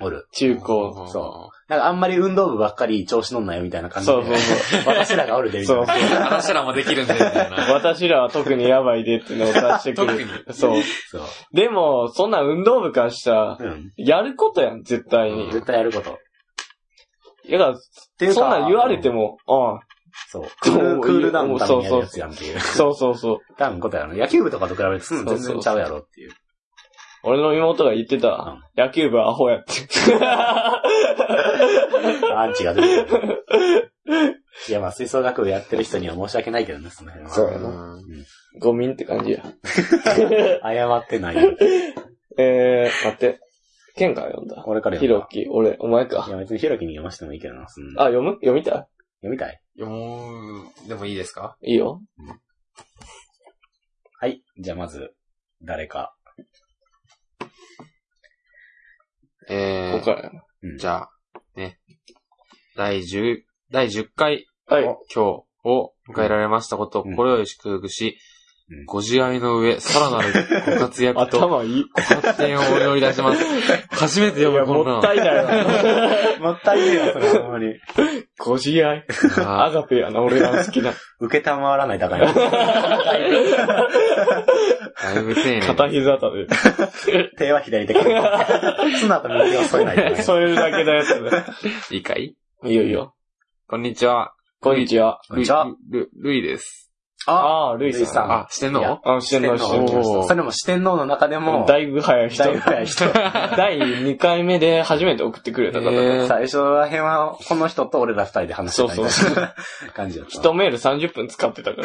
S2: おる。
S1: 中高。
S2: そなんかあんまり運動部ばっかり調子乗んなよみたいな感じで。
S1: そうそうそ
S2: 私らがおるで、
S1: う。
S2: みたい
S1: そう
S2: な。
S1: そう。
S3: う。私らもできるんで、みたいな。
S1: 私らは特にやばいでっていうのを出してく
S3: 特
S1: る。
S3: に。
S1: そう。
S2: そう。
S1: でも、そんな運動部からしたら、
S2: うん。
S1: やることやん、絶対に。
S2: 絶対やること。
S1: だ
S2: っ
S1: か
S2: てい
S1: ら、
S2: うか。
S1: そんなん言われて
S2: も。
S1: も、うん。
S2: そう。クール、クールダウンのためにやるやつやんっていう。
S1: そうそうそう。
S2: 多分ことやろ。野球部とかと比べて、うん、全然ちゃうやろっていう。
S1: 俺の妹が言ってた、野球部アホやって。
S2: アンチが出てくる。いや、まあ、吹奏楽部やってる人には申し訳ないけどね、その辺 は。
S1: そうやな。
S3: ん。
S1: ゴミンって感じや。
S2: 謝ってないよ。
S1: えー、待って。ケンが読んだ。
S2: 俺から
S1: ひ
S2: 読む
S1: ろ
S2: か。
S1: き、俺、お前か
S2: い。や、別にヒロキに読ませてもいいけどな。そん
S1: あ、
S2: な
S1: 読む読みた
S2: 読みたい
S3: いやもう、でもいいですか
S1: いいいよ。
S2: はい。じゃあ、まず、誰か。
S3: え
S1: ここ
S3: ー、
S1: からやな。
S2: うん
S3: じゃあ、ね。第10、第10回
S1: はい。
S3: 今日を迎えられましたことを心より祝福し、
S2: うん
S3: ご自愛の上、さらなるご活躍と
S1: 頭いい。
S3: ご発展をお祈りいた します。初めて
S1: い
S3: 読
S1: や、
S3: むこんな
S1: もったいないな。
S2: もったいねえよ、それ、ほんまに。
S1: ご自愛。
S3: な
S1: アザペやな、俺らの好きな。
S2: 受けたまわらない高 い。
S3: だいぶ丁寧に。
S1: 片膝立て
S2: 手は左手から。砂と右を添えないといけない。
S1: 添えるだけのやつだ。
S3: いいかい
S1: いいよいいよ。
S3: こんにちは。
S1: こんにちは。
S2: こんにちは
S3: ル、ルルイです。
S2: あ、
S1: あー、ルイ
S2: ルイ
S1: さ
S2: さ
S1: ん。
S2: ん
S3: あ、してんの
S2: いや
S1: あの、してんの
S2: 四天王
S1: 人。
S3: おー
S2: それも四天王の中でも、
S1: だいぶ早い人
S2: だ。いぶ早い人。
S1: 第2回目で初めて送ってくれた方だ。
S3: えー
S2: 最初ら辺は、この人と俺ら二人で話してたみたいな感じだった。
S1: 一メール30分使ってたか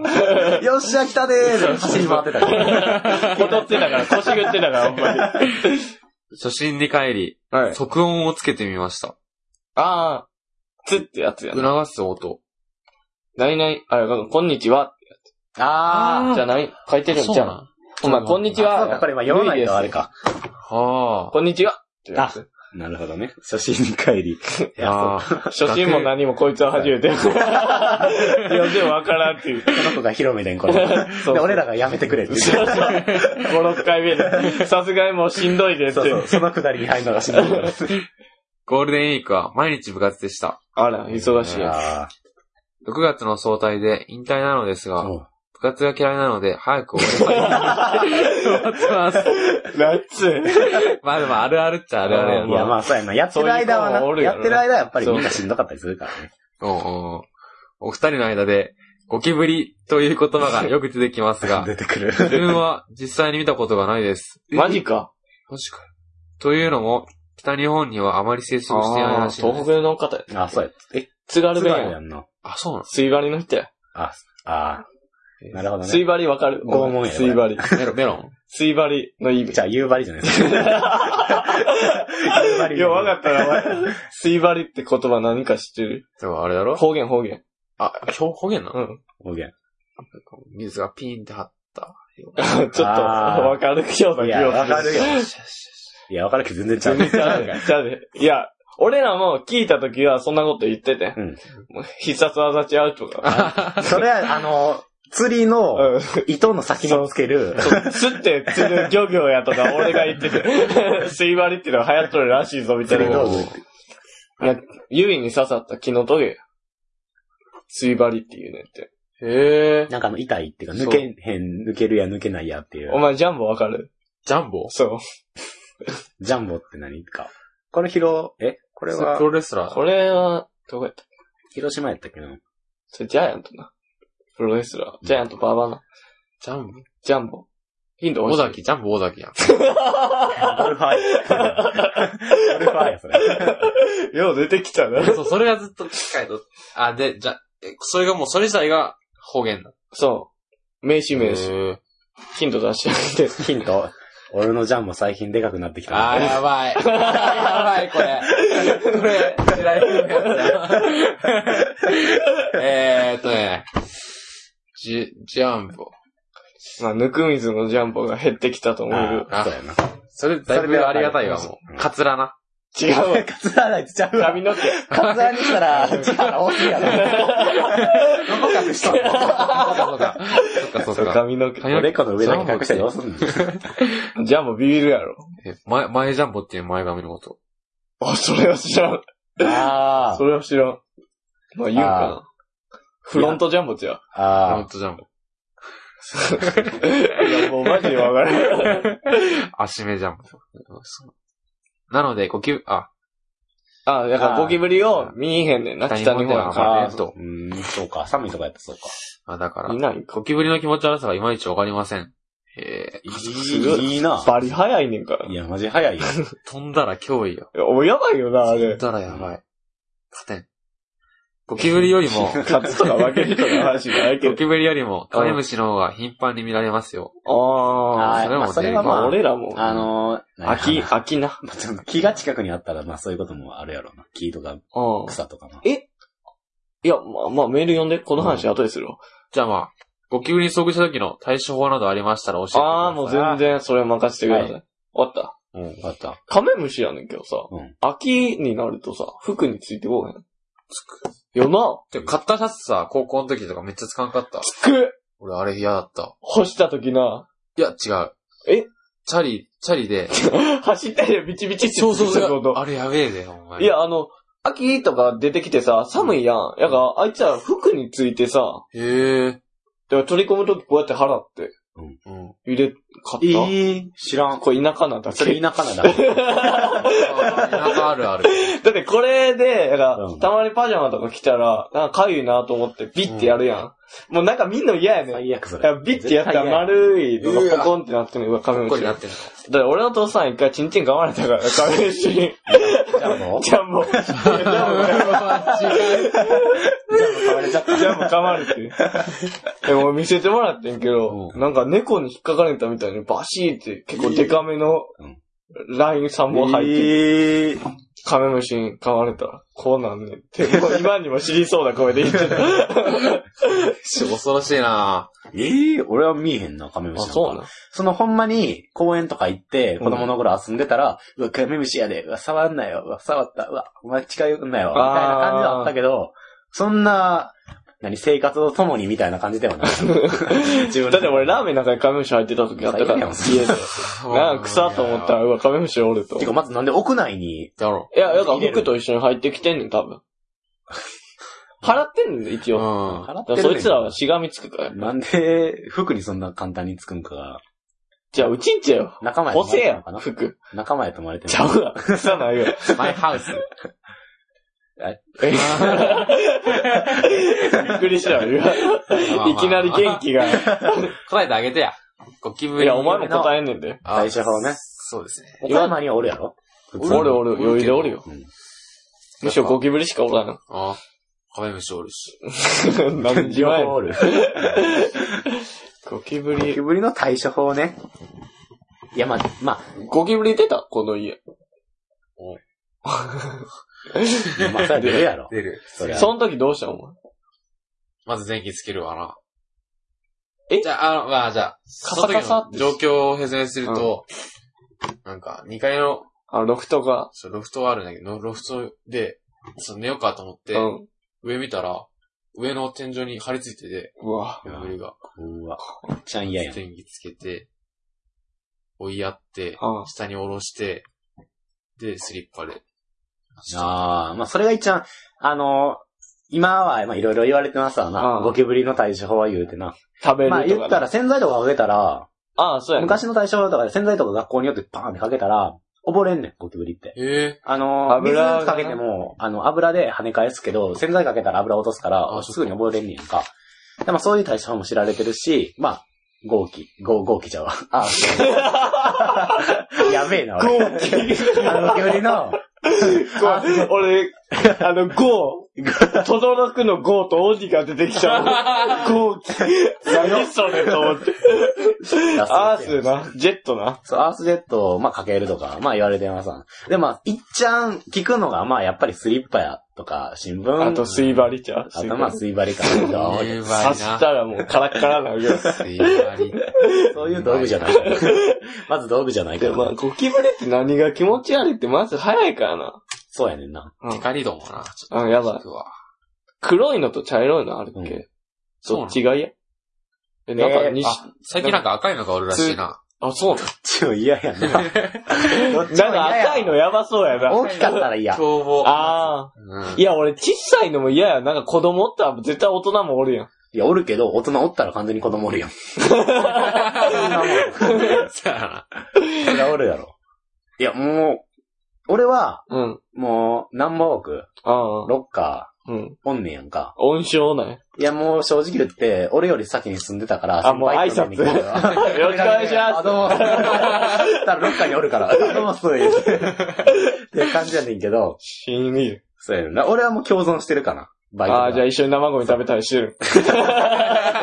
S1: ら。
S2: よっしゃ、来たでーって走り回ってたから。
S1: 踊ってたから、腰振ってたから、ほんまに。
S3: 初心に帰り、
S1: はい。
S3: 即音をつけてみました。
S1: あー、つってやつやな。
S3: 促す音。
S1: ないない、あれ、こんにちは。
S2: あ
S1: じゃない書いてるんじゃん。
S3: ん。
S1: お前、こんにち
S2: ー。あ、そう
S1: は
S2: か、。これ今読まないとあれか。
S3: はあ。
S1: こんにちは。ってやつ
S2: なるほどね。初心に帰り。いや、そう
S3: あー
S1: 初心も何もこいつは初めて。い や、でもわからんって いう。
S2: この子が広めでん、これ。で、
S1: そう
S2: 俺らがやめてくれって言って
S1: そうそう。5、6回目で。さすがにもうしんどいでって。
S2: そうそう、そのくだりに入るのがしんどいから。
S3: ゴールデンウィークは毎日部活でした。
S1: あら、忙しいや
S2: あ
S3: 6月の総体で引退なのです
S2: ー
S3: が、
S2: そう
S3: 部活が嫌いなので、早く終わ りたい。待ってます。
S1: つ。ラッツ。
S3: まあでもあるあるっちゃあるあるや
S1: う
S2: い
S1: ん
S2: や、
S3: な。
S2: まあ、そうやな。やってる間
S1: そ
S2: は
S1: ういう子もお
S2: な、
S1: るや
S2: や
S1: ろな
S2: ってる間はやっぱりみんなしんどかったりするからね。
S3: おうおうお二人の間で、ゴキブリという言葉がよく出てきま すが、
S2: 出てくる。
S3: 自分は実際に見たことがないです。
S1: マジか。
S3: マジかよ。というのも、北日本にはあまり接触していない
S1: あ
S3: ら
S1: ー
S3: しいんで
S1: 東
S3: す。
S1: 北の方や。
S2: あ、そうや。え、
S1: 津軽
S2: 津
S1: 弁
S2: 軽
S1: や。
S2: やんの。
S3: あ、そうなの
S1: 水張りの人や。
S2: あ、あーなるほど
S1: 水
S2: ね。
S1: 張りわかる
S2: 拷問や
S1: 水張り。
S3: メロン、メロン
S1: 水張りの意味
S2: じ。ゃあ、夕張じゃないですか。夕張
S1: いや、わかったな、お 前。水張りって言葉何か知ってる
S3: でもあれだろ
S1: 方言方言。
S3: あ、表方言なの
S1: うん。
S2: 方言。
S3: 水がピーンって張った。
S1: ちょっと、
S2: あー
S1: わかるような気
S2: い
S1: がす
S2: や、わかるよ。
S3: よしよしよし
S2: いや、わかるけど全然ちゃ
S1: 全
S2: う。
S1: 然ちゃうやんか。ちゃうで。いや、俺らも聞いた時はそんなこと言ってて。
S2: うん
S1: もう必殺技ちゃうとか。
S2: それは、あの、釣りの
S1: うん。
S2: 糸の先もつける、
S1: 釣って釣る漁業やとか俺が言って て。水割りっていうのが流行っとるらしいぞ、みたい
S2: 釣
S1: な
S2: り。道具って。
S1: いや指に刺さった木のトゲ。水張りっていうねんって。へえ。
S2: なんかあの、痛いっていうか、抜けへん、抜けるや抜けないやってい
S1: お
S2: う。
S1: 前ジャンボわかる
S3: ジャンボ
S1: そう。
S2: ジャンボって何か。これ拾う、えこれ
S3: それ
S2: は
S3: プ、ロレスラー。
S1: これは、どこやった
S2: 広島やったっけな。
S1: それジャイアントな。プロレスラー。ジャイアントバーバーな。
S3: ジャンボ
S1: ジャンボ。ヒント
S3: 尾
S1: 多い
S3: 崎、ジャンボ尾崎やん。
S2: ゴルファーや。ゴルファーや、それ。
S1: し。よう出てきたな。
S3: そう、それがずっと機械と、あ、で、じゃ、えそれがもう、それ自体が方言だ。
S1: そう。名刺名
S3: へ
S1: 刺。
S3: ー
S1: ヒント出してあげて。
S2: ヒント。俺のジャンも最近でかくなってき
S3: あ
S2: た。
S3: ー、やばい。やばい、これ。これ、知られてる やつだ。えーっとね、ジ、ジャンボ。
S1: まあ、ぬくみずのジャンボが減ってきたと思う。
S2: あそうやな。
S3: それ、だいぶありがたいわ、
S2: それで
S3: も
S2: は
S3: う。カツラな。
S1: 違うわ。
S2: カツラないちゃうわ。
S1: 髪の毛。
S2: カツラにしたら、ちょっと多すぎやろ。
S3: 細かくしたの。そっかそっか。そっかそっか。
S1: 髪の毛。
S3: 髪の
S2: 俺この上だけ隠してどうすんの
S1: ジャンボビビるやろ。
S3: え前、前ジャンボっていう前髪のこと。
S1: あ、それは知らん。
S2: あ
S1: それは知らん。まあ、言うかな。フロントジャンボちゃう。
S2: あ。あ
S3: ホン
S2: あ。
S3: トジャンボ。
S1: いや、もうマジでわからん。
S3: 足目ジャンボ。そうなので、ゴキブ、あ、
S1: あ、だからゴキブリを見えへんねんな、
S3: あー
S1: 北日本や
S3: あ
S1: か
S2: あ
S3: ー
S2: あ、そう。うん、そうか。寒いとかやった、そうか。
S3: あだから
S1: ら。い、ないんか。
S3: ゴキブリの気持ち悪さがいまいちわかりません。え
S2: い
S1: ごい
S2: い、いいな。
S1: バリ早いねんから。
S2: いや、マジ早いよ。
S3: ー、飛んだら脅威よ。
S1: お、やばいよな、あ
S3: 飛
S1: れ
S3: ん。だらやばい。勝てん。ゴキブリより も、
S1: 勝つとか負けるとかの話じゃないけ
S3: ゴ
S1: ど。
S3: キブリよりも、カメムシの方が頻繁に見られますよ。
S1: あ
S2: は
S1: あ
S2: い
S3: それも
S2: まあそれは
S1: ま
S2: ま
S1: あ、
S2: あ、
S1: 俺らも、
S2: あのー、
S1: 秋、秋な。
S2: まあちょっと木が近くにあったら、まあそういうこともあるやろうな。木とか
S1: うん。
S2: 草とかも。
S1: いや、まあ、まあ、メール読んで、この話後でするわ。
S3: じゃあまあ、ゴキブリに遭遇した時の対処法などありましたら教えてください。
S1: ああ、もう全然、それ任せてください。終わった。
S3: うん
S2: よかった。
S1: カメムシやねんけどさ、
S2: うん
S1: 秋になるとさ、服についてこうへん。よな。
S3: てか買ったシャツさ、高校の時とかめっちゃ使わんかった。
S1: つく
S3: 俺あれ嫌だった。
S1: 干した時な、
S3: いや、違う。
S1: え
S3: チャリ、チャリで、
S1: 走ったりビチビチって
S3: そうそう
S1: つくって
S3: そ
S1: こ
S3: う。
S1: と
S3: あれやべえで、お前。
S1: い、や、あの、秋とか出てきてさ、寒いやん。やから、あいつは服についてさ、
S3: へえ。
S1: だから取り込むときこうやって払って、
S3: うん。
S1: 入れ、買った、
S2: ええ、知らん。
S1: これ田舎なんだ
S2: そ
S1: け
S2: れ田舎な んだ。
S3: あ田舎あるある。
S1: だってこれで、だから
S2: うん
S1: たまにパジャマとか着たら、なんかかゆいなと思ってビッてやるやん。もうなんかみんな嫌やねん。
S2: 最悪そ
S1: だから
S2: れ。
S1: ビッてやったら丸いのがポコンってなってるのがカメ
S3: こ
S1: ム
S3: こ
S1: シ。
S3: に
S1: だ
S3: な
S1: っ
S3: ってん
S1: て
S3: の。
S1: 俺の父さん一回チンチン噛まれたから、カメムシに。
S2: じゃあも う
S1: ジャンボ。ジャン
S2: じゃあもう買われちゃっ
S1: ボ、ジャンボ噛まれて。でも見せてもらってんけど、
S2: うん
S1: なんか猫に引っかかれたみたいにバシーって結構デカめの
S2: うん
S1: ライン3本
S2: た。
S1: 入って、
S2: ええ。
S1: カメムシに噛まれたら、こうなんねんって、もう今にも知りそうな声で言ってた。
S3: 恐ろしい な
S2: ええ、俺は見えへんな、カメム
S1: あ、
S2: シなんか。
S1: そうなん
S2: そのほんまに公園とか行って、子供の頃遊んでたら、うわ、カメムシやで、うわ、触んなよ、うわ、触った、うわ、お前近寄んなよ、みたいな感じだったけど、そんな、何、生活と共にみたいな感じで はない。自分
S1: だって俺ラーメンの中にカメムシ入ってた時あったから、
S2: 最
S1: 家で。なんか草と思ったら、うわ、カメムシおると。
S2: てか、
S1: い
S2: まずなんで屋内に、
S3: だろ
S1: や、だから服と一緒に入ってきてんねん、多分。払ってんねん、一
S3: う。う
S1: 応。
S3: ん。
S2: 払
S1: だ
S2: って
S1: からそ
S2: るねん
S1: いつらはしがみつくから。
S2: なんで、服にそんな簡単につくんかが、
S1: じゃあ、うちんちやよ。
S2: 仲間や
S1: 補
S2: と
S1: 正
S2: 思われてんの
S1: や
S2: かな
S1: 服。
S2: 仲間やと思われてん
S1: ちゃ
S2: の
S1: うわ。草ないよ。
S3: マイハウス。
S1: えびっくりしたわ、今。いきなり元気が。
S3: 答えてあげてや。ゴキブリ。
S1: いや、お前も答えんねんで。
S3: あ
S2: 対処法ね
S3: そうですね。
S2: 岡山にはおるやろ普通に
S1: おるおる、余裕でおるよ。
S2: うん
S1: むしろゴキブリしかおらん。
S3: あカメムシおるし。
S1: 何時
S2: 両
S1: 前
S2: 方おる。
S1: ゴキブ
S2: ゴキ
S1: リ。
S2: ブリの対処法ね。いや、まあ、まあ、
S1: ゴキブリ出たこの家。
S2: まあ、それは出るや ろ。
S3: 出る。
S2: そりゃ
S1: その時どうしたお前。
S3: まず電気つけるわな。
S1: え
S3: じゃあ、あの、まあ、じゃあ、
S1: カサカサって
S3: その時の状況を説明すると、なんか、2階の、
S1: あ、ロフトが。
S3: そうロフトがあるんだけど、ロフトで、そう寝ようかと思って、
S1: うん。
S3: 上見たら、上の天井に張り付いてて、
S1: うわ。
S2: うん
S3: ゴキブリが。
S2: うわ、めっちゃ嫌やん。
S3: 電気つけて、追いやって、
S1: うん
S3: 下に下ろして、で、スリッパで。
S2: ああ、まあ、それが一番、あの今は、まあ、いろいろ言われてますわ
S1: う
S2: な。
S1: ん
S2: ゴキブリの対処法は言うてな。
S1: 食べるとか
S2: ま
S1: な。
S2: あ、言ったら、洗剤とかかけたら、
S1: ああ、そうやね。
S2: 昔の対処法とかで洗剤とか学校によってパーンってかけたら、溺れんねん、ゴキブリって。
S3: え
S2: あの、水
S1: 油
S2: かけても、あの、油で跳ね返すけど、洗剤かけたら油落とすから
S3: あ、
S2: すぐに溺れんねやんか。でまあそういう対処法も知られてるし、まあ、豪気、豪、豪気ちゃうわ。 あ、やべえな、俺。
S1: ゴー
S2: あの、ゴキブリの、
S1: 俺、あの、ゴー、とどろくのゴーとオジが出てきち ゃう。ゴーキ、何それと思って。アースな、ジェットな。
S2: そう、アースジェットを、まあ、かけるとか、まあ、言われてますわ。で、まあ、いっちゃん聞くのが、まあ、やっぱりスリッパやとか、新聞。
S1: あと、水張りちゃう。
S2: あと、まあ、水張りか。
S3: ぇ、ー、やば
S1: 刺
S3: い
S1: し
S3: な
S1: た。らもうカラッカラなわけよ。
S3: 水割 り。
S2: そういう道具じゃない。まず道具じゃないけ
S1: で、まあ、
S2: ど。
S1: ゴキブリって何が気持ち悪いってまず早いからな。
S2: そうやねんな。
S3: テカリドもな。ちょっ
S1: あ、やば
S3: と
S1: い
S3: 聞。くわ。
S1: 黒いのと茶色いのあるっけ、
S2: う
S3: そうな
S1: ど
S3: の
S1: っちが嫌え、なんかにし、
S3: あ、最近なんか赤いのがおるらしいな。
S1: あ、そう
S2: ちょ、嫌 やな。どっちも
S1: なん
S2: 嫌
S1: か
S2: や
S1: 赤いのやばそうやな。
S2: 大きかったら嫌。
S3: 凶暴。
S1: ああ。
S3: うん。
S1: いや、俺、小さいのも嫌や。なんか子供おったら絶対大人もおるやん。
S2: いや、おるけど、大人おったら完全に子供お るやん。そんなもん。
S3: そうやな。
S2: そりゃおるやろ。いや、もう、俺は、
S1: うん。
S2: もう、何も多く、
S1: ああ。
S2: ロッカ
S1: うん。
S2: ー、おんねやんか。
S1: 音章ない。
S2: いや、もう正直言って、俺より先に住んでたから、
S1: あもう挨拶
S2: 先輩と飲みに行こうよ
S1: よろしくお願いし ます
S2: あ、どうも。だから、ロッカーにおるから、どうも、そういう。って感じやねんけど、
S1: 死に。
S2: そうやねんな。俺はもう共存してるかな。バイト
S1: あ
S2: が。
S1: あ、じゃあ一緒に生ゴミ食べたりしてる。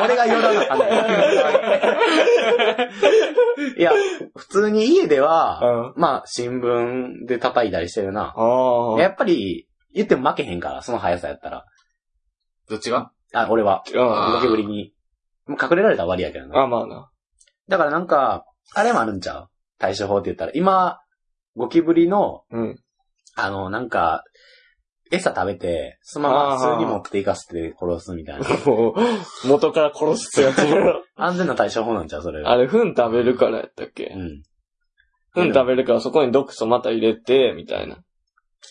S2: 俺が夜なあかんねんいや、普通に家で
S1: うん。
S2: は、
S1: あ
S2: まあ、新聞で叩いたりしてるな。
S1: あ。
S2: やっぱり、言っても負けへんから、その速さやったら。
S3: どっちが
S2: あ、俺は。
S1: うん。
S2: ゴキブリに。もう隠れられたら終わりやけどな。
S1: あ、まあな。
S2: だからなんか、あれもあるんちゃう対処法って言ったら。今、ゴキブリの、
S1: うん。
S2: あの、なんか、餌食べて、そのまま普通に持っていかせて殺すみたいな。
S1: もう、元から殺すってやつや ろ
S2: 安全な対処法なんちゃうそれが。
S1: あれ、糞食べるからやったっけ
S2: うん。
S1: 糞食べるからそこに毒素また入れて、みたいな。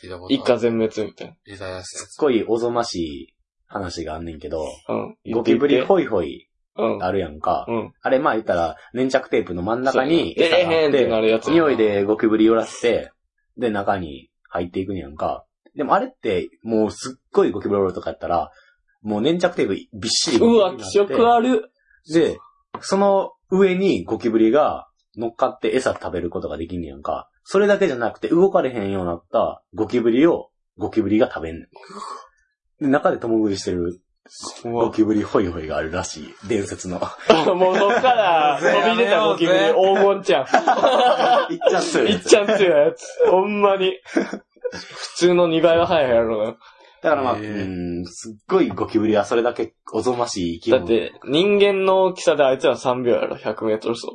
S3: 聞いたこと
S1: 一家全滅みたい
S3: リザヤスや
S2: すっごいおぞましい話があんねんけど、
S1: な。うん。
S2: ゴキブリ
S1: ほ
S2: ホイホイ
S1: うん。
S2: あるやんか。
S1: うん。
S2: あれ、まあ言ったら、粘着テープの真ん中に
S1: そうや
S2: 餌
S1: ね
S2: があ
S1: え
S2: っ
S1: へんってなるやつ
S2: て、匂いでゴキブリ寄らせて、で、中に入っていくんやんか。でもあれって、もうすっごいゴキブリおるとかやったら、もう粘着テープびっしり
S1: う
S2: ゴ
S1: わ、
S2: キブリに
S1: 気
S2: なって。
S1: 色ある。
S2: で、その上にゴキブリが乗っかって餌食べることができんねやんか。それだけじゃなくて、動かれへんようになったゴキブリを、ゴキブリが食べんねん。で中で共食いしてるゴキブリホイホイがあるらしい。伝説 の。
S1: もうそっから飛び出たゴキブリ
S3: やめ
S1: 黄金ちゃん。
S2: いっちゃす
S1: いっちゃん強いやつ。ほんまに。普通の2倍は早いやろな。
S2: だからまあ、う
S3: へー
S2: ん、すっごいゴキブリはそれだけおぞましい生き
S1: だ
S2: 物。
S1: って、人間の大きさであいつら3秒やろ、100メートル走。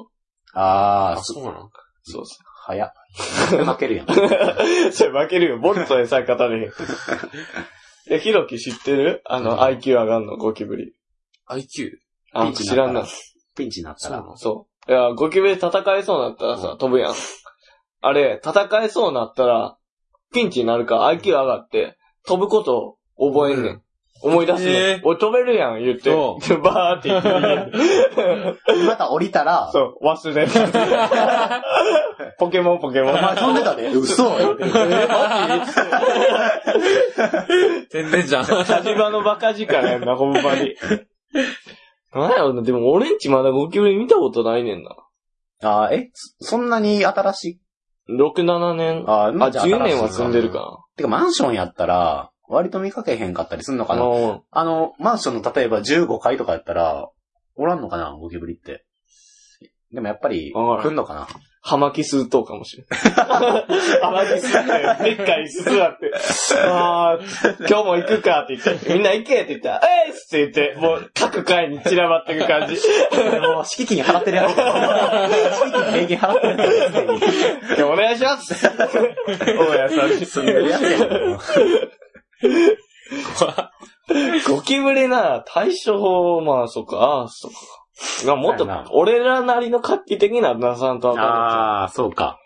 S2: あ
S3: あ、
S2: あ、そ
S3: そうなの
S1: そうそ
S2: 早っ。負ける やん。
S1: う。それ負けるよ、ボルトでさえ語 れへん。いや、ヒロキ知ってるあの、IQ 上がんの、ゴキブリ。
S3: ?IQ?
S1: あ、
S2: ピンチ
S1: 知
S2: にな
S1: ら
S2: った
S1: ん
S2: ら
S1: な。
S2: ピンチになった
S3: そうな
S2: ら。
S3: の
S1: そう。いや、ゴキブリ戦えそうになったらさ、飛ぶやん。あれ、戦えそうになったら、ピンチになるから IQ 上がって、飛ぶことを覚えんねん。
S3: う
S1: 思い出すねん。
S3: えー
S1: 俺飛べるやん、言って。
S3: そ
S1: で、バーって行って逃げる
S2: また降りた ら、
S1: そう、忘れ る。ポケモン、ポケモ
S2: お
S1: ン。
S2: 前飛んでたね。嘘言うて
S3: 全然じゃん。
S1: 火事場のバカ力やんな、ほんまに。なんやろな、でも俺んちまだゴキブリ見たことないねんな。
S2: あーえ、そそんなに新しい
S1: 6、7年。あ、
S2: あー、まじゃあ
S1: 10年は
S2: 新しい
S1: 住んでるか
S2: てか、マンションやったら、割と見かけへんかったりすんの
S1: な。
S2: か
S1: あ
S2: な
S1: の、
S2: あの、マンションの例えば15階とかやったら、おらんのかなゴキブリって。でもやっぱり、
S1: わからん
S2: 来んのかな
S1: 葉巻吸うとうかもしれん。 葉巻吸って、でっかい椅子座って、あー今日も行くかって言って、みんな行けって言ったら、えいっすって言って、もう各階に散らばっていく感 じ。
S2: もう、敷金払ってる やつ。敷金平均払ってるやつや。
S1: 今日お願いしますお優しい。
S2: 住んでるやつやん。
S1: ゴキブリな、対処法、まあそっか、アースとか。まあもっと
S2: そうやな、
S1: 俺らなりの画期的な出さんとあか
S2: ああ、そうか。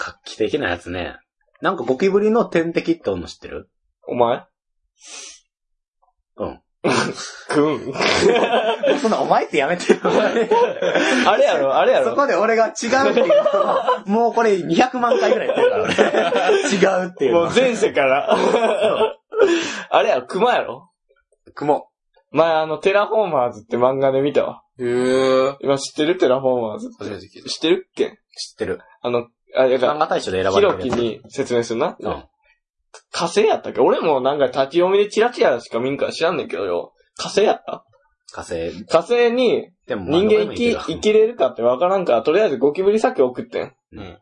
S2: 画期的なやつね。なんかゴキブリの天敵っておんの知ってる
S1: んのちゃう。お前
S2: うん。
S1: くん。
S2: もうそんなお前ってやめてよ。
S1: あれやろ、あれや
S2: そ
S1: ろ。
S2: こで俺が違うっていうと、もうこれ200万回ぐらい言ってるからね。違うっていうの
S1: もう前世から。 あれやろ、熊やろ。
S2: 雲。
S1: 前あの、テラフォーマーズって漫画で見たわ。
S3: へー。
S1: 今知ってるテラフォーマーズ。
S3: 初めて聞いた。
S1: 知ってるっけ
S2: 知ってる。
S1: あの、あ、だ
S2: 漫
S1: か
S2: 画大賞で
S1: ら、
S2: 選
S1: ヒ
S2: ば
S1: ロ
S2: れ
S1: キ
S2: てるや
S1: に説明するな。
S2: つ。うん。
S1: 火星やったっけ俺もなんか立ち読みでチラチラしか見んから知らんねんけどよ。火星やった
S2: 火星。
S1: 火星に
S2: でも、
S1: 人間生き、生きれるかってわからんから、とりあえずゴキブリ酒送ってん。
S2: うん。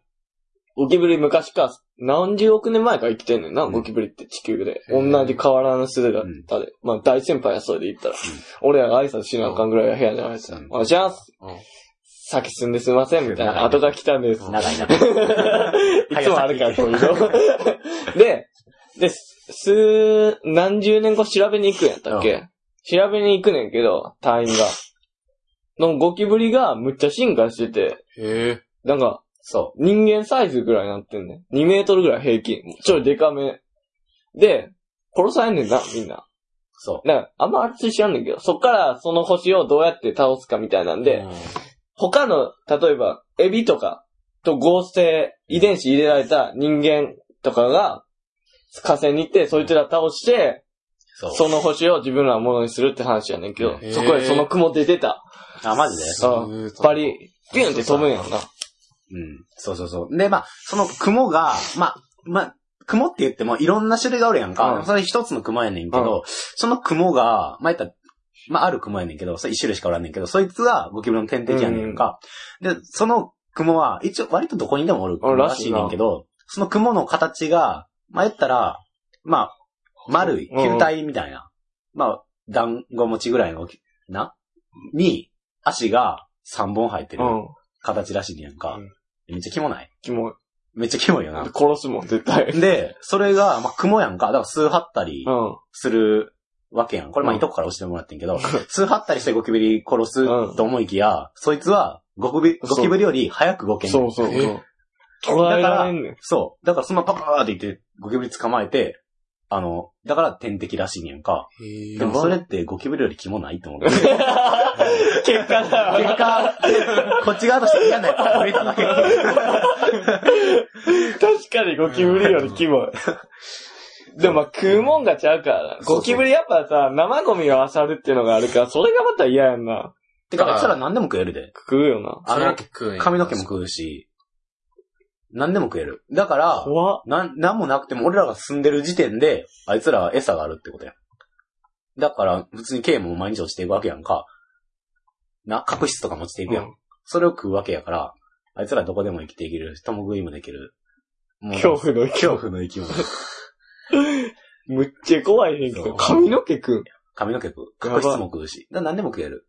S1: ゴキブリ昔か、何十億年前から生きてんねんな、
S2: うん
S1: ゴキブリって地球で。
S3: へー
S1: 同じ河原の姿で。まあ大先輩やそれで言ったら。俺らが挨拶しなあかんぐらいは部屋で挨拶
S2: うん
S1: お願いします
S3: うん。
S1: 先進んですいません、 みたいな。後が来たんです。
S2: 長いな。
S1: いつもあるから、こういうの。 で、で、数、何十年後調べに行くんやったっけ、調べに行くねんけど、隊員が。のゴキブリがむっちゃ進化してて、
S3: へー。
S1: なんか、
S2: そ
S1: 人間サイズぐらいになってんねん。2メートルぐらい平均。ちょいデカめ。で、殺されんねんな、みんな。
S2: う。そ
S1: だから、あんま熱い知らんねんけど、そっからその星をどうやって倒すかみたいなん
S2: う。
S1: で、他の、例えば、エビとかと合成、遺伝子入れられた人間とかが、火星に行って、そいつら倒して、
S2: そう。
S1: その星を自分らのものにするって話やねんけど
S3: へ、ー
S1: そこでその雲出てた。
S2: あ、マジで
S1: あ
S3: う
S1: パリ、ピュンって飛ぶんやろな。
S2: うん。そうそうそう。で、まあ、その雲が、まあ、まあ、雲って言ってもいろんな種類がおるやんか。
S1: うん
S2: それ一つの雲やねんけど、その雲が、まあ、言ったらまあ、ある雲やねんけど、それ一種類しかおらんねんけど、そいつがゴキブリの天敵やねんか。で、その雲は、一応割とどこにでもおる雲
S1: あら
S2: ら
S1: し
S2: し
S1: い
S2: い
S1: な
S2: ねんけど、その雲の形が、まあ、言ったら、まあ、丸い、
S1: うん
S2: 球体みたいな。まあ、団子持ちぐらいの大き、なに、足が3本入ってる
S1: うん。
S2: 形らしいねんか。
S1: う
S2: めっちゃキモない
S1: キモい。
S2: めっちゃキモいよな。
S1: 殺すもん、絶対。
S2: で、それが、まあ、雲やんか。だから、数張ったり
S1: うん。
S2: するわけやん。これ、まあ、
S1: うん
S2: いとこから教えてもらってんけど、数張ったりしてゴキブリ殺すと思いきや、そいつは、ゴキブリ、
S1: そう
S2: ゴキブリより早く動けんねん
S1: そうそう。
S3: え
S1: 捉えられんねん。
S2: そう。だから、そのままパパーって言って、ゴキブリ捕まえて、あの、だから天敵らしいねんか。
S3: へ
S2: で
S3: ー
S2: も、それってゴキブリよりキモないって思って。結
S1: 結果だ。
S2: 果、こっち側として嫌なやつが増えただけ。
S1: 確かにゴキブリよりキモい。でもまあ食うもんがちゃうからな。
S3: そうそう
S1: ゴキブリやっぱさ、生ゴミを漁るっていうのがあるから、それがまた嫌やんな。
S2: てか、あいつら何でも食えるで。
S1: 食うよな。
S2: あ
S3: 髪の
S2: の
S3: 毛、食うんや
S2: 髪の毛も食うし、何でも食える。だから、
S1: 怖っ。
S2: なん、なんもなくても俺らが住んでる時点で、あいつらは餌があるってことやん。だから、普通に刑も毎日落ちていくわけやんか。な、角質とかも落ちていくやん。
S1: うん
S2: それを食うわけやから、あいつらどこでも生きていける。人も食いもできる。もう
S1: 恐怖の
S2: 恐怖の生き物。
S1: むっちゃ怖いねんけ
S2: そ
S1: ど、
S2: う
S1: 髪の毛食う。
S2: 髪の毛食う。角質も食うし。な何でも食える。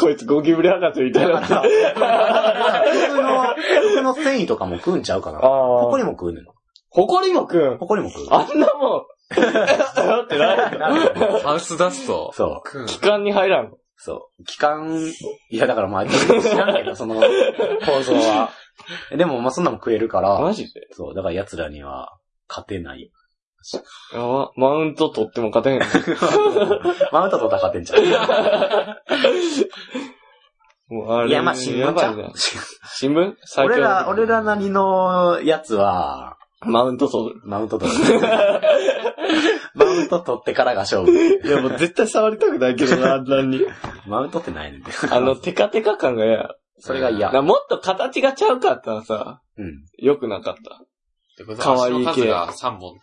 S1: こいつゴキブリ博士みたい
S2: だか
S1: な。
S2: ら、服の、服の繊維とかも食うんちゃうか な。
S1: あ
S2: こ
S1: あ。
S2: こにも食うねん。
S1: ほこりも食うん。
S2: ここにも食う。
S1: あんなもん。 ってなる
S2: なる
S3: ハウスダスト
S2: そう。
S3: 食うん
S1: 期間に入らんの。
S2: そう。期間、いやだからまあ、知らん けど、その、構造は。でもまあそんなもん食えるから、
S1: マジで
S2: そう、だから奴らには勝てない。
S1: やば。マウント取っても勝てへん。
S2: マウントと戦ってんじゃ
S1: もうあ
S2: ん。
S1: れ。
S2: いやまあ新聞ちゃ
S1: やばいな
S2: う。
S1: 新聞最強
S2: 俺ら、俺らなりのやつは、
S1: マウント取る。
S2: マウント 取る。マウント取ってからが勝負。
S1: いや、もう絶対触りたくないけどな、あんなに。
S2: マウントってないねんて。
S1: あの、テカテカ感が嫌や。
S2: それが
S1: だ
S2: 嫌
S1: か。らもっと形がちゃうかったらさ、
S2: うん。
S1: 良くなかった。
S3: ってこと
S1: か
S3: は
S1: わいい
S3: 足
S1: 系
S3: の数が3本。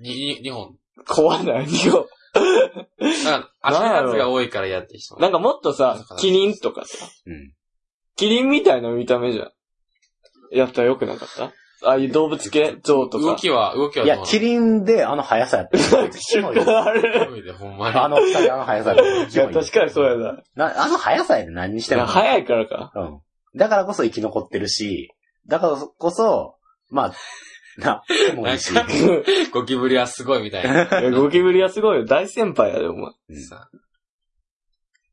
S3: に、2本。
S1: 怖ないよ。
S3: なんか足の数が多いからやって人。
S1: なんかもっとさ、キリンとかさ、
S2: うん。
S1: キリンみたいな見た目じゃん。やったら良くなかったああいう動物系、象と
S3: 動
S1: か。
S3: きは、動きはいどう
S2: や
S3: な、の
S2: キリンであの速さ やったら、キモいよ
S1: あれ
S3: 動いてほんまに。
S2: あの二人あの速さやったら
S1: いや、確かにそうやな。
S2: なあの速さやで何にして
S1: い
S2: も
S1: や。早いからか。
S2: うん。だからこそ生き残ってるし、だからこそ、まあ、な、でもいいし。
S3: なん
S1: い
S3: かゴキブリはすごいみたいな。
S1: やゴキブリはすごいよ。大先輩やで、お前。
S3: さ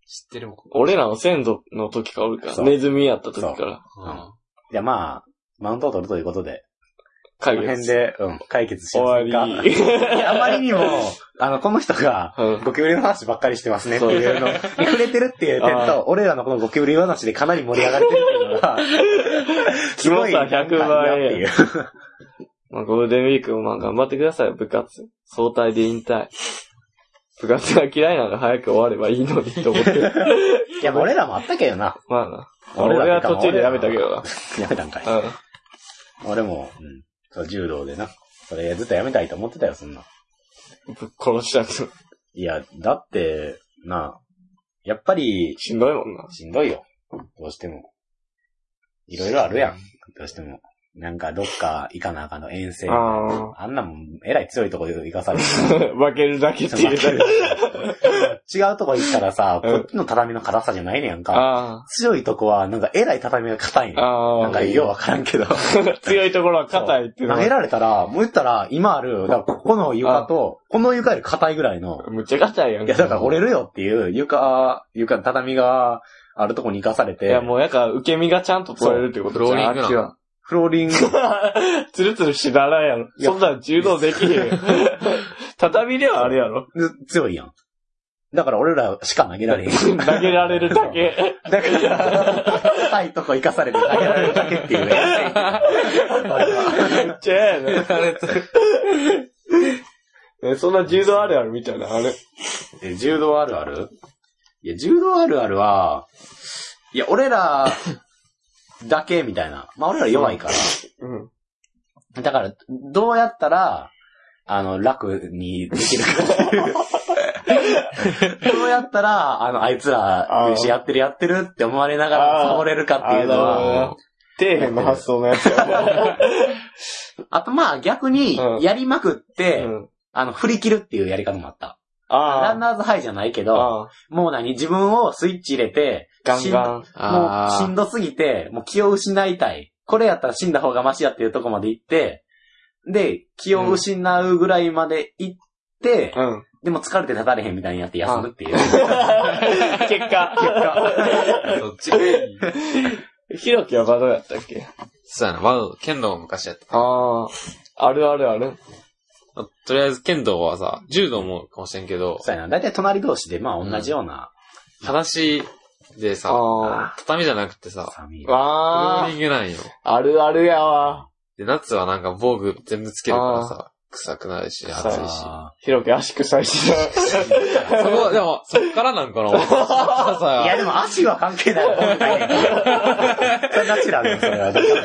S3: 知ってるもん。
S1: 俺らの先祖の時からおるか
S2: そ
S1: ら。
S2: う
S1: ネズミやった時から。
S3: うん
S2: じゃあまあ、マウントを取るということで。こ
S1: 解
S2: の辺
S1: 決。
S2: で、うん、解決し
S1: 終
S2: ま
S1: わ
S2: せんか。
S1: り。
S2: い やあまりにも、あの、この人が、
S1: うん
S2: ゴキブリの話ばっかりしてますねっていうのに触れてるっていう点と、俺らのこのゴキブリ話でかなり盛り上がれてるっていうの が、
S1: キモさ100倍
S2: いいなっていう。
S1: まあ、ゴールデンウィークもまあ頑張ってくださいよ、部活。総体で引退。部活が嫌いなら早く終わればいいのにと 思ってる。
S2: いや、俺らもあったけどな。
S1: まあな。俺は途中でやめたけどな。
S2: やめたんかい。
S1: うん。
S2: 俺も、うん、そう、柔道でな。それずっとやめたいと思ってたよ、そんな。
S1: ぶっ殺したくて
S2: いや、だって、な、やっぱり、
S1: しんどいもんな。
S2: しんどいよ。どうしても。いろいろあるやん。どうしても。なんか、どっか行かなあかんの、遠征。あ
S1: あ
S2: んなもん、えらい強いとこで行かされて。
S1: あ。負けるだけって い うだけ。
S2: 違うとこ行ったらさ、
S1: うん
S2: こっちの畳の硬さじゃないねやんか。
S1: あ
S2: 強いとこは、なんか、えらい畳が硬いん
S1: あ。
S2: や
S1: ああ。
S2: なんか、ようわからんけど。
S1: 強いところは硬いっていうの
S2: 投げ
S1: は。
S2: られたら、もう言ったら、今ある、だからここの床と、この床より硬いぐらいの、
S1: むっちゃ硬いやん
S2: いや、だから折れるよっていう、床、床、畳があるとこに行かされ
S1: いや、
S2: て、
S1: もうやから受け身がちゃんと取れるってこと
S3: そう
S1: じゃん
S3: ローリング
S1: あ
S3: な
S1: っち は。
S2: フローリング、
S1: つるつるしてならんやろ。
S2: いや
S1: そんなん柔道できへん よ。畳ではあるやろ。
S2: 強いやん。だから俺らしか投げられへん。
S1: 投げられるだ け。
S2: だから、高いとこ行かされて投げられるだ けっていう
S1: め
S2: ね。
S1: っちゃ嫌やな。ねそんな 柔道あるあるみたいな、あれ。
S2: え柔道あるあるいや、柔道あるあるは、いや、俺らだけみたいな。まあ俺ら弱いから。
S1: うん。
S2: だから、どうやったら、あの、楽にできる かっていう。どうやったら、あの、あいつ
S1: あ
S2: ら、
S1: ー
S2: よしやってるやってるって思われながら
S1: あー
S2: 触れるかっていうの
S1: あ
S2: は
S1: の、底辺の発想のやつ や。
S2: あとまあ逆に
S1: う、ん
S2: やりまくっ
S1: う
S2: て、
S1: ん。
S2: あの、振り切るっていうやり方もあった。ラン
S1: あ
S2: ナーズハイじゃないけ
S1: あ。
S2: ど、
S1: ああ。
S2: もう何、自分をスイッチ入れて、
S1: ガ
S2: し
S1: ン
S2: ん
S1: ガン。
S2: もう
S3: あ
S2: しんどすぎて、もう気を失いたい。これやったら死んだ方がマシやっていうとこまで行って、で、気を失うぐらいまで行って、
S1: うん。
S2: でも疲れて立たれへんみたいになって休むっていう。
S1: 結果。
S3: ー そっち。そ
S1: ひろきはバドやったっけ
S3: うやな、ワウ、剣道も昔やった。
S1: ああ。あるあるある。
S3: まあとりあえず剣道はさ、柔道もかもしれんけど、
S2: そうやな。だいたい隣同士で、まあ同じような、
S3: 話でさ、
S1: あ
S3: 畳じゃなくてさ、
S2: 寒い
S1: あ。
S3: フロ
S1: わ
S3: ー
S1: あ
S3: リ。ングなんよ。
S1: あるあるやわ。
S3: で、夏はなんか防具全部つけるからさ、臭くなるし、暑いし。
S2: あ
S1: ひろき足臭い しな。
S3: そこ、でも、そっからなんかな
S2: ーいや
S3: さ
S2: でも足は関係ない。 それナチュラルなそれは。だから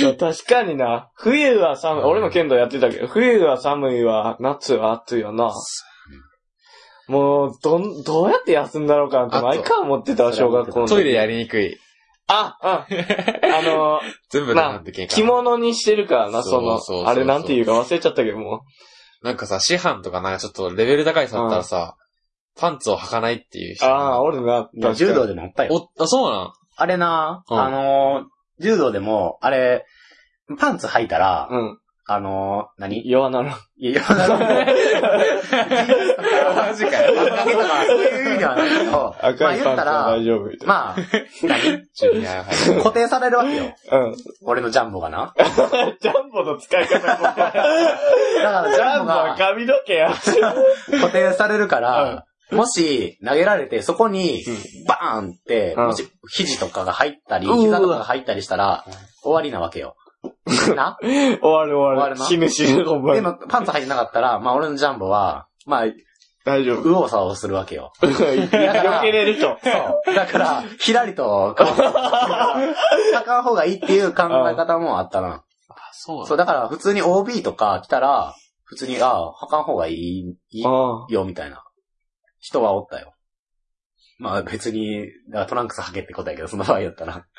S1: そう確かにな。冬は寒い。俺も剣道やってたけど、冬は寒いわ、夏は暑いよな。もう、どん、どうやって休んだろうかなって毎回思ってたわ、
S2: あと
S1: 小学校の時。
S3: トイレやりにくい。
S1: あ、 うん。あの、
S3: 全部
S1: ま
S3: な
S1: あ
S3: んでけん、か
S1: 着
S3: ら。
S1: 物にしてるからな、そ
S3: そうそうそう
S1: の、
S3: そう
S1: あれなんていうか忘れちゃったけども。
S3: なんかさ、市販とかなんかちょっとレベル高いさったらさ、パンツを履かないっていう人。
S1: ああ、俺な、確かに
S2: 柔道でもあったよ。
S3: お、あ、そうなん
S2: あれな、
S3: うん
S2: あのー、柔道でも、あれ、パンツ履いたら、
S1: うん。
S2: あのー、何い
S1: 弱なる。
S2: や、い や、なんか
S3: マジかよ。
S2: そういう意味ではないけど、ま
S1: 赤
S2: あ
S1: いパ
S2: 言っ
S1: ンツ
S2: た
S1: は
S2: ら
S1: 大、丈夫みたいな。
S2: まあ、何
S3: いや、はい。
S2: 固定されるわけよ。
S1: うん。
S2: 俺のジャンボがな。
S1: ジャンボの使い方も。
S2: だから
S1: ジ
S2: ジャ
S1: ャン
S2: ンボ
S1: ボは
S2: が、
S1: 髪の毛や。
S2: 固定されるから、もし投げられてそこにバーンって、
S1: うん
S2: もし肘とかが入ったり、
S1: うわ
S2: 膝とかが入ったりしたら、終わりなわけよ。な
S1: 終わる終わ
S2: 終わ
S1: る。
S2: るな
S1: 死ぬ死ぬ、ほんま
S2: で
S1: に。
S2: もパンツ履いてなかったら、まあ俺のジャンボは、まあ、右
S1: 大丈夫。
S2: 往左往するわけよ。
S1: 避 けれると。
S2: そう。だから、ひらりと、こう 履かん方がいいっていう考え方もあったな。
S3: あ、そう
S2: そう、だから普通に OB とか来たら、普通に、ああ、履かん方がいい、いい
S1: あ
S2: よ、みたいな。人はおったよ。まあ別に、だからトランクス履けってことやけど、その場合やったら。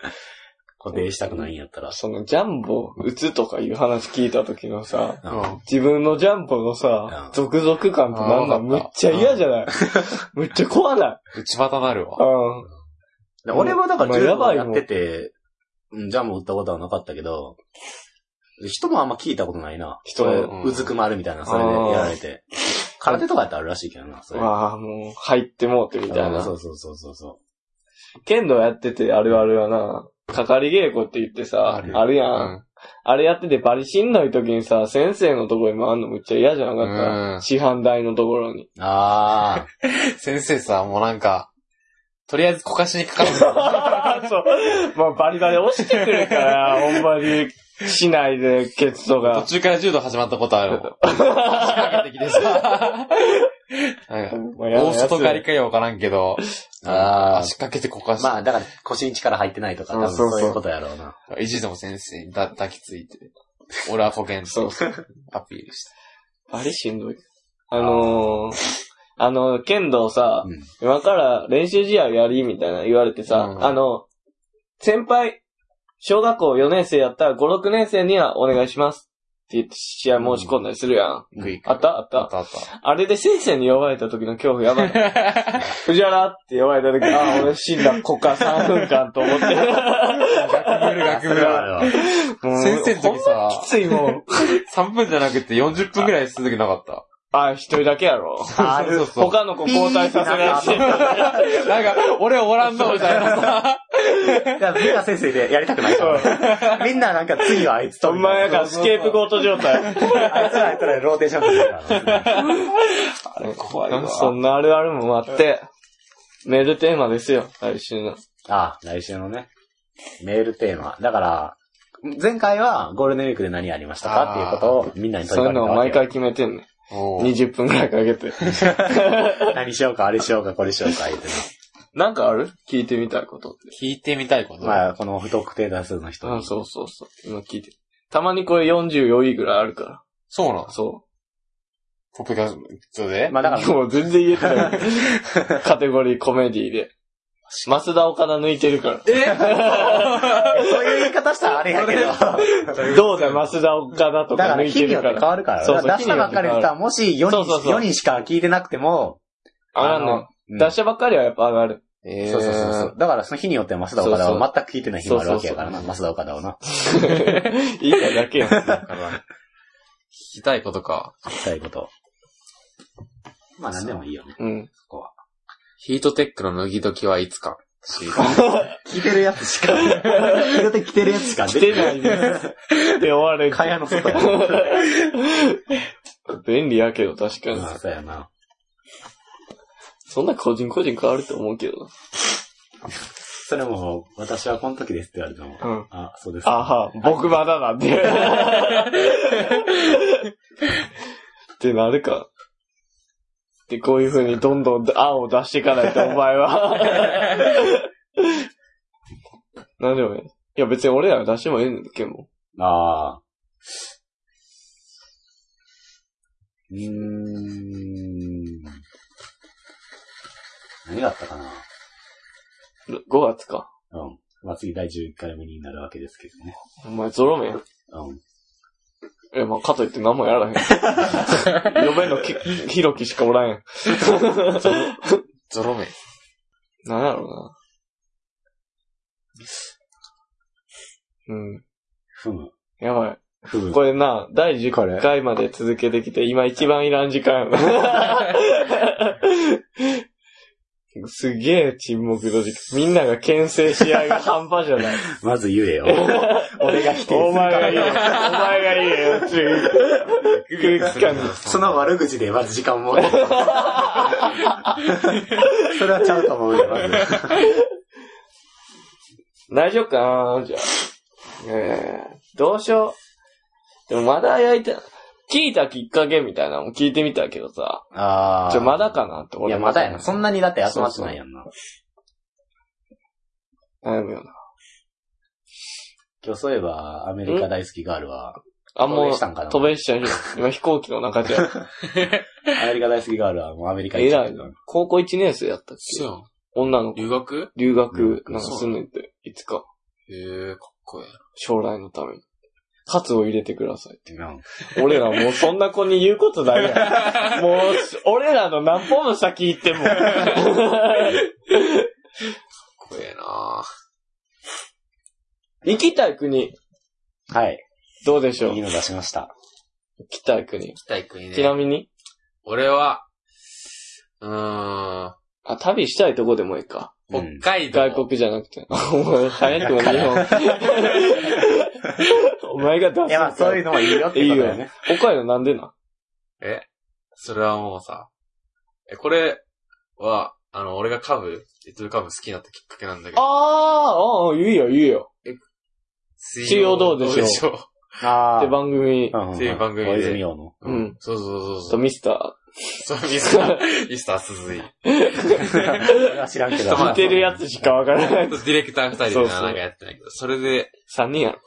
S2: 固定したくないんやったら
S1: あ。。そのジャンボ打つとかいう話聞いた時のさ、
S2: う
S3: なんん。
S1: 自分のジャンボのさ
S2: う、ん
S1: 続々感ってなんなん
S3: うん
S1: むっちゃ嫌じゃないむっちゃ怖 ない。
S3: 内股なるわ。
S1: う
S2: で俺はだから
S1: まあ
S2: 柔
S1: や
S2: 道
S1: ばいも
S2: や
S1: ん
S2: ってて、うん、ジャンも打ったことはなかったけど、人もあんま聞いたことないな。
S1: 人
S2: それ
S1: うん
S2: うずくまるみたいな、それでやられて。空手とかやったらあるらしいけどな、そ
S1: ん。
S2: れ。
S1: わあ、もう入ってもうてみたい
S2: うん
S1: な
S2: そ。うそうそうそうそ
S1: 剣道やっててあるあるやな。かかり稽古って言ってさ、
S3: ある
S1: あるや。
S3: うんん。
S1: あれやっててバリしんどい時にさ、先生のところに回んのめっちゃ嫌じゃなかっ
S3: うん
S1: た。師範代のところに。
S3: あー。先生さ、もうなんか、とりあえずこかしにかかるんだ
S1: そう。まあバリバリ押してくるから、ほんまに、市内でケツと
S3: 途
S1: か。
S3: 中から柔道始まったことある。仕掛けてきてさ。なんか
S1: まあやな
S3: 大
S1: やつ
S3: 外刈りかよわからんけど、
S2: あ
S3: 足掛けてこかし、
S2: まあ、だから腰に力入ってないとか、多分
S1: そうそうそう
S2: そういうことやろうな。
S3: 意地でも先生にだ抱きついて、俺は保険
S1: そ
S3: と
S1: うそ
S3: アピールして。
S1: バリしんどい。あのー、あの、剣道さ、
S2: うん
S1: 今から練習試合やりみたいな言われてさ、
S3: うん
S1: あの、先輩、小学校4年生やったら5、6年生にはお願いしますって言って試合申し込んだりするやん。
S3: グイグイ
S1: あったあった
S3: あったあっ
S1: あれで先生に呼ばれた時の恐怖やば い。藤原って呼ばれた時、ああ、俺死んだ、こっから3分間と思 って。
S3: た。学部
S2: そ
S3: 学
S2: れはあ
S3: 部。
S2: れは
S1: もう
S3: 先生の時さ
S1: ほんまきついもん。
S3: 3分じゃなくて40分くらい続けなかった。
S1: ああ、一人だけやろ。
S2: ある
S3: そうそう
S1: 他の子交代させられて。
S3: そう。なんか、俺おらんぞみたいなさ。
S2: だからみんな先生でやりたくないから。みんななんか次はあいつと。
S1: お前やからスケープゴート状 態。
S2: あいつらあいつらでローテーションするからな。
S3: あれ怖いわ。
S1: そんなあるあるもあって、メールテーマですよ、来週の。
S2: ああ、来週のね、メールテーマ。だから、前回はゴールデンウィークで何ありましたかっていうことをみんなに
S1: そういうのを毎回決めてんね。
S3: おー
S1: 20分くらいかけて。
S2: 回。何しようか、あれしようか、これしようか、言ってね。
S1: なんかある聞いてみたいことって。
S3: 聞いてみたいこと。
S2: まあ、この不特定多数の人
S1: う
S2: に
S1: ん、。そうそうそう。今聞いて。たまにこれ44位ぐらいあるか
S3: そうなの
S1: ら。そ
S3: ポッドキャストで
S2: まあだから
S1: う。、もう全然言えてない。 カテゴリーコメディで。増田岡田抜いてるか
S2: そういう言い方したらあれやけど。
S1: ら。どうだ、増田岡田と
S2: だ
S1: か抜
S2: から、
S1: い
S2: 日
S1: て
S2: によ
S1: る
S2: って
S1: から。
S2: 変わるから。
S1: そう
S2: だ
S1: そう
S2: から出したばっかりで言ったら、もし4
S1: そうそう
S2: 人
S1: そう
S2: 四人しか聞いてなくても、
S1: 上がんねん。
S2: うん
S1: 出したばっかりはやっぱ上が る。
S3: えー
S2: そうそうそうそう。だから、その日によっては増田岡田
S1: そうそ
S2: は全く聞いてない日もあるわけやからな、
S1: そう
S2: 増田岡田をな。
S1: いいかだけやん。
S3: だから聞きたいことか。
S2: 聞きたいこと。まあ、なんでもいいよね、
S1: うん。
S2: そこは。
S3: ヒートテックの脱ぎ時はいつか。
S2: 聞いてるやつ しか、聞いて着てるやつしか
S1: 来てないね。で終わる。
S2: 蚊帳の外や
S1: 便利やけど、確かに。
S2: な。そうやな。
S1: そんな個人個人変わると思うけど
S2: それも、私はこの時ですって言われても、
S1: な。うん。
S2: あ、そうです
S1: あ
S2: か。
S1: は、僕まだなんで。ってなるか。で、こういう風にどんどん案を出していかないと、お前は。なんでもね。いや、別に俺らが出してもいいんだけども。
S2: ああ。うーん。何だったかな
S1: 5月か。
S2: うん。まあ、次第11回目になるわけですけどね。
S1: お前ゾロ目や。
S2: うん。
S1: え、まあ、かといって何もやらへん。呼べんのき、ひろきしかおらんやん。
S3: ゾロ目。
S1: なんやろうな。うん。
S2: ふむ。
S1: やば
S2: ふむ
S1: い。。これな、第
S2: これ
S1: 10回まで続けてきて、今一番いらん時 間やもんすげえ沈黙の時間。みんなが牽制し合いが半端じゃ ない。
S2: まず言えよ。俺が否定する
S1: お前
S2: か
S1: がいいよ。お
S2: ら。
S1: 前がいいよ。っていう空気感に。
S2: その悪口でまず時間を 設けるそれはちゃうと思うよ、まず。
S1: 大丈夫かなじゃあ。えー、どうしよう。でもまだ焼いて、聞いたきっかけみたいなのも聞いてみたけどさ。
S2: ああ。
S1: ちょ、まだかなって
S2: い
S1: 俺
S2: や、
S1: も
S2: まだやな。そんなにだって集まってないやんな。
S1: 悩むよな。
S2: 今日そういえば、アメリカ大好きガールは、
S1: あ、もう、
S2: 飛べしたんかな
S1: 飛べしたんじゃん今飛行機の中じゃん。
S2: アメリカ大好きガールはもうアメリカ
S1: え
S2: 行っちゃ
S1: ら
S2: っ
S1: いな。高校1年生やったっけ
S3: そう
S1: 女の
S3: やん。
S1: 子、
S3: 留学
S1: 留学
S2: うん
S1: なんかすんのって、いつか、
S3: へえ、かっこいい。
S1: 将来のために。カツを入れてください。
S2: たな。
S1: 俺らもうそんな子に言うことないや ん。もう、俺らの何歩も先行っても。
S3: かっこええな
S1: 行きたい国、
S2: はい。
S1: どうでしょう
S2: いいの出しました。
S1: 行きたい国。
S3: 行きたい国
S1: ちな
S3: ね。
S1: みに、
S3: 俺は、うーん、
S1: あ、旅したいとこでもいいか。
S2: う
S3: 北
S2: ん
S3: 海道。
S1: 外国じゃなくて。お前、早くも日本。前が出すん
S2: い
S1: か
S2: や、まあ、そういうのもいいよっていうことだよ
S1: いい
S2: ね。
S1: 岡山なんでな
S3: え、それはもうさ、え、これは、あの、俺がカブ、リトルカブ好きになったきっかけなんだけど、
S1: あー、ああ、言うよ、言うよ。
S3: 水
S1: 水曜どうでし
S3: ょう。
S2: あ
S1: っ
S2: あ
S1: て。番組、
S2: うんうんうん
S3: っていう番組で
S2: 小泉洋の。
S1: うんうん
S3: そうそうそう
S1: と
S3: そう。
S1: ミスタ
S3: そう、ミスター、ミスター鈴井。
S2: 知らんけ
S3: と
S2: ど。
S1: ー。
S3: ま
S1: 似
S3: あ
S1: てるやつしかわからな
S3: デ
S1: い。
S3: ィレクター二人で
S1: そうそ
S3: な
S1: う
S3: なんかやってないけど、それで、
S1: 三人やん。
S3: 一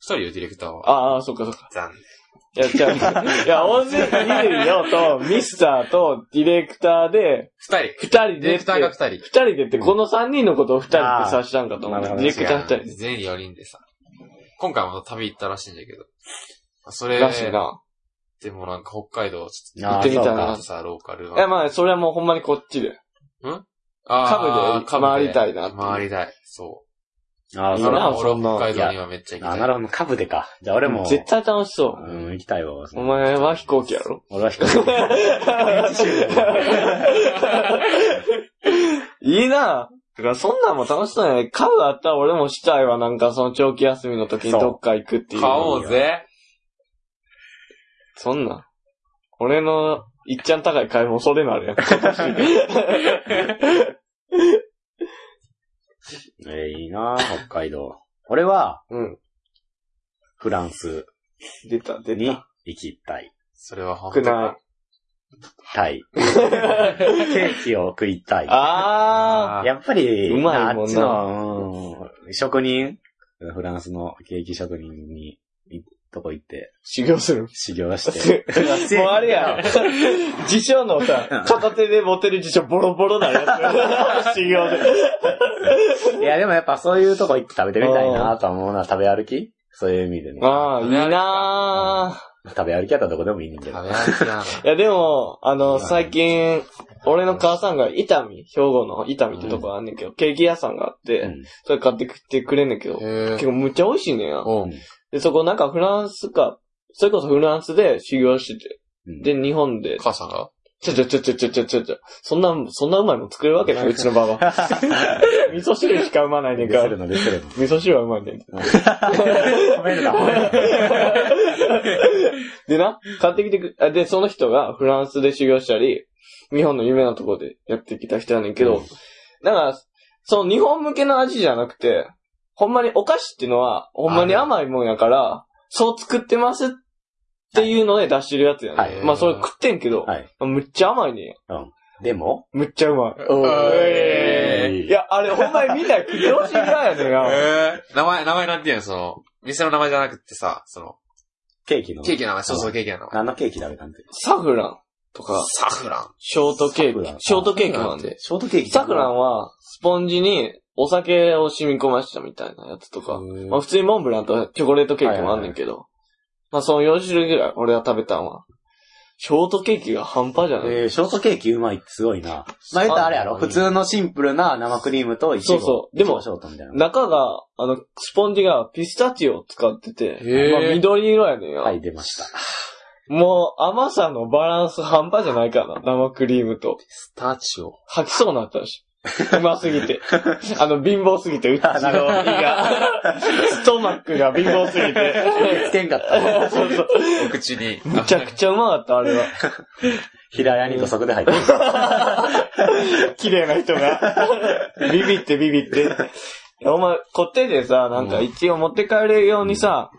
S3: 人よ、ディレクターは。
S1: ああ、そっかそっか。
S3: 残
S1: い
S3: 念。
S1: や、じゃあ、いや、音声二人よと、ミスターとディレクターで、
S3: 二人。
S1: 二人
S3: ディ
S1: で
S3: レ
S1: っ
S3: クターが
S1: て、
S3: 二人。
S1: 二人でって、この三人のことを二人って指したんかと思う。
S2: あ
S1: デ
S2: ー
S1: ィレクター二人
S3: 違う全員四人でさ。今回も旅行ったらしいんだけど。まあそれ
S1: らしいな。
S3: でもなんか北海道、ち
S1: 行
S2: ああ
S1: ってみた
S3: ょっ
S1: な
S3: と。さ、ローカル
S1: いや、
S3: は。
S1: まあ、それはもうほんまにこっちで。
S3: あー
S1: カブで回りたいなっていう
S3: 回りたい。そう。
S2: ああ、
S1: いいな
S2: それ
S3: 今
S1: ら
S2: は
S3: は
S2: も
S3: 俺
S1: そんな
S3: は北海道にはめっちゃ
S2: う
S3: 行
S2: あ
S3: きた
S2: ー、
S3: い。
S2: なるほど。株でか。じゃあ俺も、
S1: 絶対楽しそう。
S2: うん、行きたいわ。
S1: お前は飛行機やろ
S2: 俺は飛行機。
S1: いいなだからそんなんも楽しそうやね。買うあったら俺もしたいわ。なんかその長期休みの時にどっか行くっていう。
S3: 買おうぜ。
S1: そんなん。俺の、いっちゃん高い買い物それなるやん。
S2: えー、いいな北海道。俺は、
S1: うん。
S2: フランス
S1: 出た、出
S2: に
S1: た。
S2: 行きたい。
S3: それは本当
S1: く
S3: に。
S1: ない。
S2: たい。ケーキを食いたい。
S1: あ
S3: あ
S2: やっぱり、
S1: うまいもんな
S2: あっちの、うん職人、フランスのケーキ職人に、いとこ行って、
S1: ー、修行する。
S2: 修行し て。
S1: もうあれやん。辞書のさ、片手で持てる辞書ボロボロなやつ。修行で。
S2: いや、でもやっぱそういうとこ行って食べてみたいなとは思うな、食べ歩きそういう意味でね。
S1: ああ、いいなー。
S2: 食べ歩きやったらどこでもいいねんだけ
S3: 食
S2: ど。
S3: べ歩きなの。
S1: いや、でも、あの、最近、俺の母さんが伊丹、兵庫の伊丹ってとこあんねんけど、ケーキ屋さんがあって、
S2: うん
S1: それ買ってきてくれんねんけど、
S3: へ
S1: 結
S3: ー
S1: 構むっちゃ美味しいねんや。
S3: おう
S2: うん
S1: で、そこなんかフランスか、それこそフランスで修行してて、
S2: うん
S1: で、日本で、
S3: 母さんが
S1: ちょちょちょちょちょちょちょちょ、そんな、そんなうまいもん作れるわけない、うちのば ば。味噌汁しかうまないね
S2: デ
S1: ん
S2: ィ
S1: か
S2: ス
S1: ら
S2: る。の、ディスるの。
S1: 味噌汁はうまいねん。
S2: 褒めるな、褒める
S1: でな、買ってきてく、あで、その人がフランスで修行したり、日本の夢のとこでやってきた人やねんけど、だから、その日本向けの味じゃなくて、ほんまにお菓子っていうのは、ほんまに甘いもんやから、そう作ってますっていうので出してるやつやねん。
S2: はい
S1: まあそれ食ってんけど、
S2: はい
S1: むっちゃ甘いね
S2: でも、
S1: ん。むっちゃうまい。
S2: お
S3: え
S1: いや、あれほんまにみんな食ってほしいぐらいやねん
S3: ー
S1: が。
S3: 名前、名前なんていうのその、店の名前じゃなくてさ、その、
S2: ケーキの。
S3: ケーキの名前、そうそう、ケーキの名前。
S2: 何のケーキ食べたんで
S1: サフランとか、
S3: サフラン。
S1: ショートケ
S2: サフ
S1: ー
S2: ラン
S1: キ、ショートケーキもあんで。
S2: ショートケーキ
S1: サクラ
S2: ン
S1: ンは、スポンジにお酒を染み込ましたみたいなやつとか、まあ普通にモンブランとチョコレートケーキもあんねんけど、まあその4種類ぐらい俺は食べたんは、ショートケーキが半端じゃない、
S2: えー、ショートケーキうまいってすごいな。まあ、言ったらあれやろ普通のシンプルな生クリームとイチゴ。
S1: そうそうでも
S2: イチゴショートみたいな。
S1: 中が、あの、スポンジがピスタチオを使ってて、
S3: へー
S1: まあ緑色やねんよ、
S2: はい、出ました。
S1: もう甘さのバランス半端じゃないかな、生クリームと。
S3: スタチオ。
S1: 吐きそうになったし。うますぎて。あの、貧乏すぎて、 うちの胃が、ストマックが貧乏すぎて。
S2: つけんかった。
S1: そうそう。
S3: お口に。
S1: むちゃ くちゃうまかった、あれは。
S2: 平屋に土足で入ってる。
S1: 綺麗な人が。ビビってビビって。お前、こってでさ、なんか一応持って帰れるようにさ、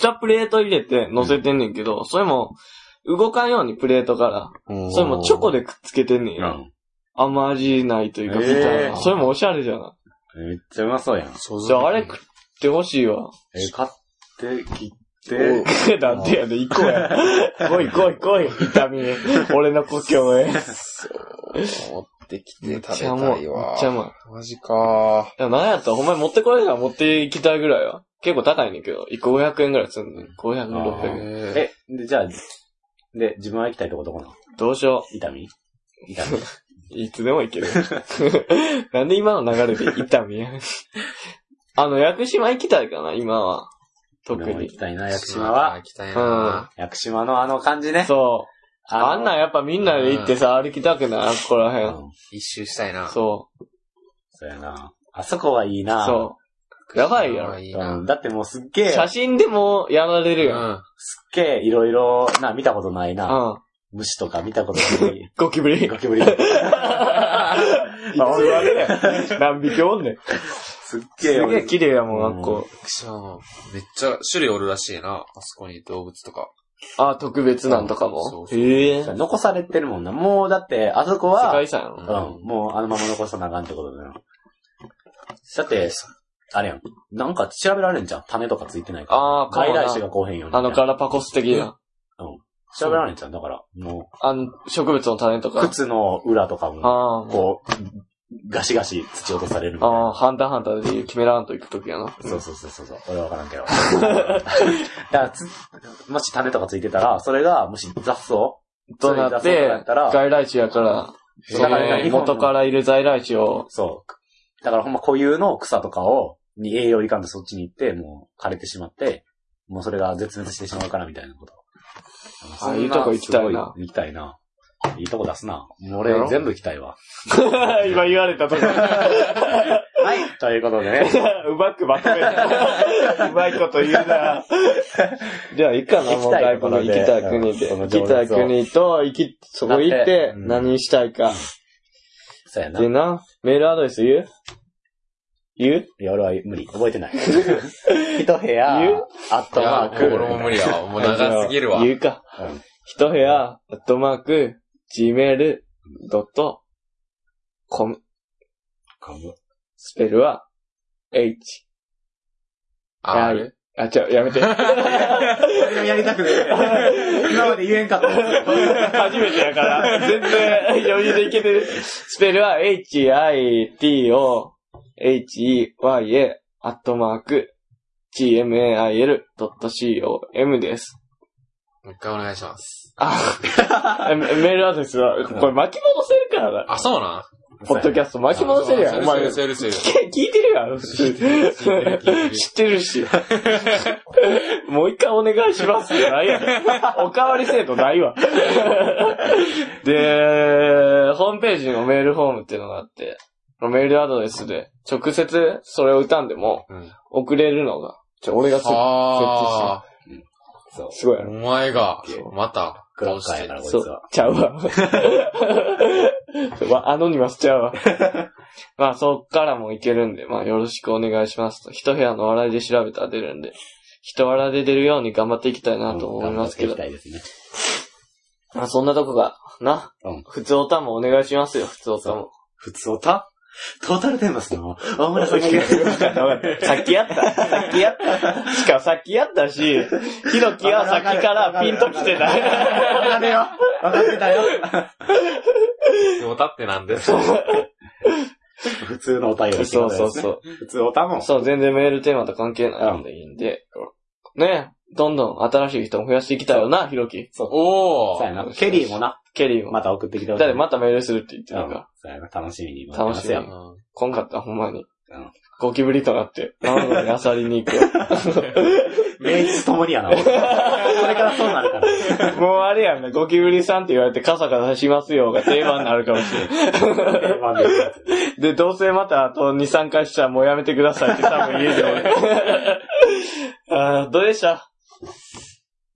S1: 下プレート入れて乗せてんねんけど、それも、動かんようにプレートから。それもチョコ
S3: で。
S1: でくっつけてんねん
S2: う
S1: よ。
S2: ん
S1: 甘味ないというか、みたい
S2: へー
S1: な。それもおしゃれじゃない。
S2: めっちゃうまそうやん。
S3: 想像
S1: じゃあ、あれ食ってほしいわ。
S2: えー、買って、切っ
S1: え
S2: て、
S1: ー、 なんでやねん、行こうや。来い来い来い、痛みへ。俺の故郷へ。めっ
S3: 持ってきて食べ
S1: ちゃうまい。めっちゃうまい。
S3: マジか
S1: いや、なんやったらほんまに持ってこれたら持っていきたいぐらいは。結構高いねんけど、1個500円ぐらいすんねん。500円、
S2: あ
S1: 600円。
S3: え
S2: え、で、じゃあ、で、自分は行きたいとこどこなの
S1: どうしよ
S2: 痛み痛み。
S1: う。いつでも行ける。 なんで今の流れで痛みや。あの、屋久島行きたいかな、今は。 特
S2: 俺も行
S1: に
S2: き。たいな、屋久島は。
S3: 行きたい
S1: な
S3: な
S2: 屋久島のあの感じね。
S1: そう。あん
S2: の
S1: なんやっぱみんなで行ってさ、歩きたくないあそこらへ。
S2: うんん。
S3: 一周したいな
S1: そ。
S2: そうやな。あそこはいいうな。
S1: そやばいや
S3: かわ
S1: ろ。
S3: いい
S2: うん
S3: な。
S2: だってもうすっげえ、すっ
S1: 写真でもやられ
S3: う
S1: るよ。
S3: ん。
S2: げえいろいろな、見たことないうな。
S1: ん。
S2: 虫とか見たことない。
S1: ゴキブリ。
S2: ゴキブリ。
S1: そういうわけだよ何匹おんねん。
S2: すっ
S1: す
S2: げえ
S1: げ
S2: 俺
S1: え綺麗やもん、あっこ。
S3: そう。めっちゃ種類おるらしいな。あそこに動物とか。
S1: あ、特別なんとか
S3: そ
S1: も
S3: う。そう
S1: へえ。世
S2: 残されてるもんな。もうだって、あそこは、
S1: 界遺産やろ。
S2: うん、もうあのまま残さなあかんってことだよ。だって、あれやん。なんか調べられんじゃん。種とかついてないから。
S1: ああ、か
S2: 外来種
S1: わ
S2: がこうへんように。
S1: あのガラパコス的な。
S2: 調べられんじゃん。だから、も
S1: あの、植物の種と
S2: う、
S1: か。
S2: 靴の裏とかも、
S1: ああ。
S2: こう、ガシガシ土落とされるみたいな。
S1: ああ、ハンターハンターで決めらんと行くときやな。
S2: そうそうそうそうそう。俺わからんけど。 だからつ、もし種とかついてたら、それが、もし雑草
S1: となっ
S2: そういう雑草だ
S1: て
S2: っ、たら
S1: 外来種やから、
S2: そうだから
S1: えー元からいる在来種を、
S2: そう。だからほんま固有の草とかを、に栄養いかんとそっちに行って、もう枯れてしまって、もうそれが絶滅してしまうからみたいなこと。
S1: あいいとこ行きたいな
S2: すご行きたいな。いいとこ出すな。もう
S1: やろ
S2: 俺全部行きたいわ。
S1: 今言われたとこ
S2: はい。ということでね。
S1: うまくまとめた。うまいこと言うな。じゃあ、いいかな、
S2: 行
S1: もう
S2: きたい
S1: 外
S2: ところ
S1: 国
S2: で
S1: 行きたい国で。
S2: うん
S1: 行きたい国と、行き、そこ行
S2: だ
S1: っ
S2: っててうん
S1: 何したいか。
S2: そうやな。
S1: で
S2: い
S1: な、メールアドレス言う言う
S2: や、俺は無理。覚 えてない。一部屋、
S1: 言う
S2: アットマーク、
S3: いや俺も無理やわ。もう長すぎるわ。
S1: 言うか。
S2: うん
S1: 一部屋、アットマーク、gmail.com。スペルは、h,
S3: あ
S1: r, あ、違う、やめて。
S2: やりたく ない。今まで言えんかった。
S1: 初めてやから、全然余裕でいけてる。スペルは、hito,hey, アットマーク、gmail.com です。
S3: もう一回お願いします。
S1: あ、メメールアドレスは、これ巻き戻せるからな。
S3: あ、そうなん
S1: ポッドキャスト巻き戻せるやん。お前、
S3: セルセルセルセル。
S1: 聞いてるやん、普通。
S3: 聞いてる聞いてる
S1: 知ってるし。もう一回お願いしますじゃない やんおかわり生徒ないわ。で、ホームページのメールフォームっていうのがあって、メールアドレスで直接それを歌んでも
S3: うん。
S1: 送れるのが、ちょ、俺がす
S3: あ
S2: そう
S1: ぐ、。すごいや
S3: あ、お
S1: ろ。
S3: 前が、また、
S2: クラッカーやから、こいつ
S1: そう
S2: は。、
S1: ちゃうわ。 わアノニマスちゃ うわ。まあ、そっからもいけるんで、まあ、よろしくお願いしますと。一部屋の笑いで調べたら出るんで、人笑いで出るように頑張っていきたいなと思いますけど
S2: 頑。張っていきたいですね。
S1: まあ、そんなとこが、な。
S2: うん
S1: 普通おたんもお願いしますよ、普通おたんも。
S2: 普通おたトータルテンボスの大村さんが
S1: さっきやった。さっきや った。しかもさっきやったし、ひろきはさっきからピンときて ない。
S2: かるよ。わかってたよ。
S3: おたってなんです。
S2: 普通のお便りって
S1: そ
S2: こ
S1: う
S2: とで
S1: そ
S2: すね
S1: うそう。
S2: 普通おたもん。
S1: そう、全然メールテーマと関係ないのでいいんで、ねどんどん新しい人も増やしていきたいよな、ひろき。
S3: お
S2: そう
S3: ー
S2: やな。ケリーもな、
S1: ケリーも。
S2: また送ってきてほしい。
S1: だってまたメールするって言って
S2: う
S1: た
S2: ん
S1: から、
S2: そうやな。楽しみに待ってます
S1: 楽し
S2: よ。
S1: こんかった、ほんまに
S2: うん。
S1: ゴキブリとなって、なのにあさりに行くよ。
S2: 名実ともにや な。俺これからそうなるから。
S1: もうあれやんな、ゴキブリさんって言われてカサカサしますよが定番になるかもしれん。
S2: 定番ですよ
S1: で、どうせまたあと2、3回したらもうやめてくださいって多分言うで 俺。あーどうでした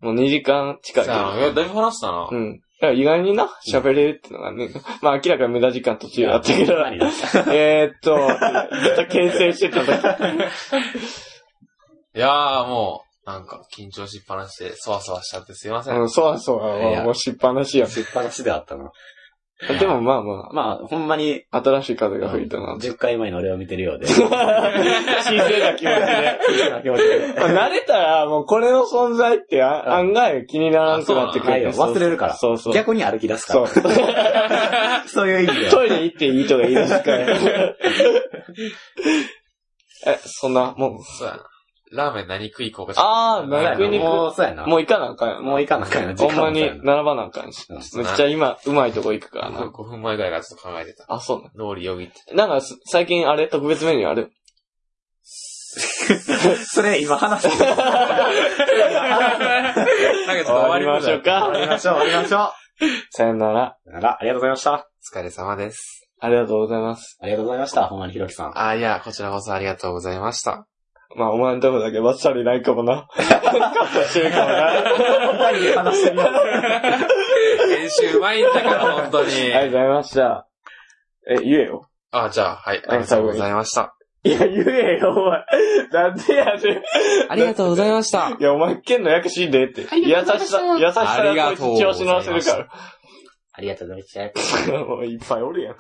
S1: もう2時間近い。
S3: さあ、いやだいぶ話したな。
S1: うん。だから意外にな、喋れるってのがね、 まあ明らかに無駄時間途中だったけど、
S2: 何だ
S1: えーっと、ずっと牽制してた 時。
S3: いやーもう、なんか緊張しっぱなしで、そわそわしちゃってすいません。
S1: うん、そうはそうは、
S2: い
S1: もう
S2: や
S1: もうしっぱなしや
S2: 出っ放しであったな。
S1: ん。でもまあま
S2: まあ、ほんまに、
S1: あ、新しい風が吹いたな。
S2: 10回前の俺を見てる ようで。
S1: 新鮮な気持ちで。
S2: 気持ちで
S1: まあ慣れたら、もうこれの存在ってあ
S2: うん
S1: 案外気にならんくなってく
S2: ない
S1: る。
S2: よ忘れるから。
S1: そうそう。
S2: 逆に歩き出すか
S1: そう
S2: ら。。そういう意味では。
S1: トイレ行っていいとか言い出 すから。え、そんな、もう。
S3: そうやな。ラーメン何食い行こうか。
S1: あー
S2: そうや
S1: 逆に
S2: なもう、そうやな。
S1: もう行かなあかんやな
S2: もういかなあかんやな。
S1: ほん
S2: 時間
S1: ま
S2: もそう
S1: に
S2: やな
S1: 並ばなあかんし。
S2: うん
S1: めっちゃ今、うまいとこ行くからな。
S3: 5分前ぐらいからちょっと考えてた。
S1: あ、そうな
S3: 脳裏よぎ って。
S1: ん。なんかす、最近あれ特別メニューある
S2: それ今話してる。
S3: なんかちょっと終わりましょうか。
S2: 終わりましょう、終わりましょ
S1: さよなら。
S2: う。なら、ありがとうございました。
S3: お疲れ様です。
S1: ありがとうございます。
S2: ありがとうございました。ほんまにひろきさん。
S3: あーいや、こちらこそありがとうございました。
S1: まあ、お前んとこだけばっさりないかもな。カットしてるかもな。
S2: 二人で話してるよ。
S3: 編集うまいんだから、本当に。
S1: ありがとうございました。え、言えよ。
S3: あ、じゃあ、はい。ありがとうございました。
S1: いや、言えよ、お前。なんでやねん。
S3: ありがとうございました。
S1: いや、お前、剣の役死んでって。優しさ、優しさ
S3: あり
S1: が
S3: がとう
S1: こい
S3: ご
S1: つ
S3: ざ
S1: 調
S3: いま
S1: 子
S3: す
S1: 乗らせるか
S2: ありがとうございました。
S1: ら。もういっぱいおるやん。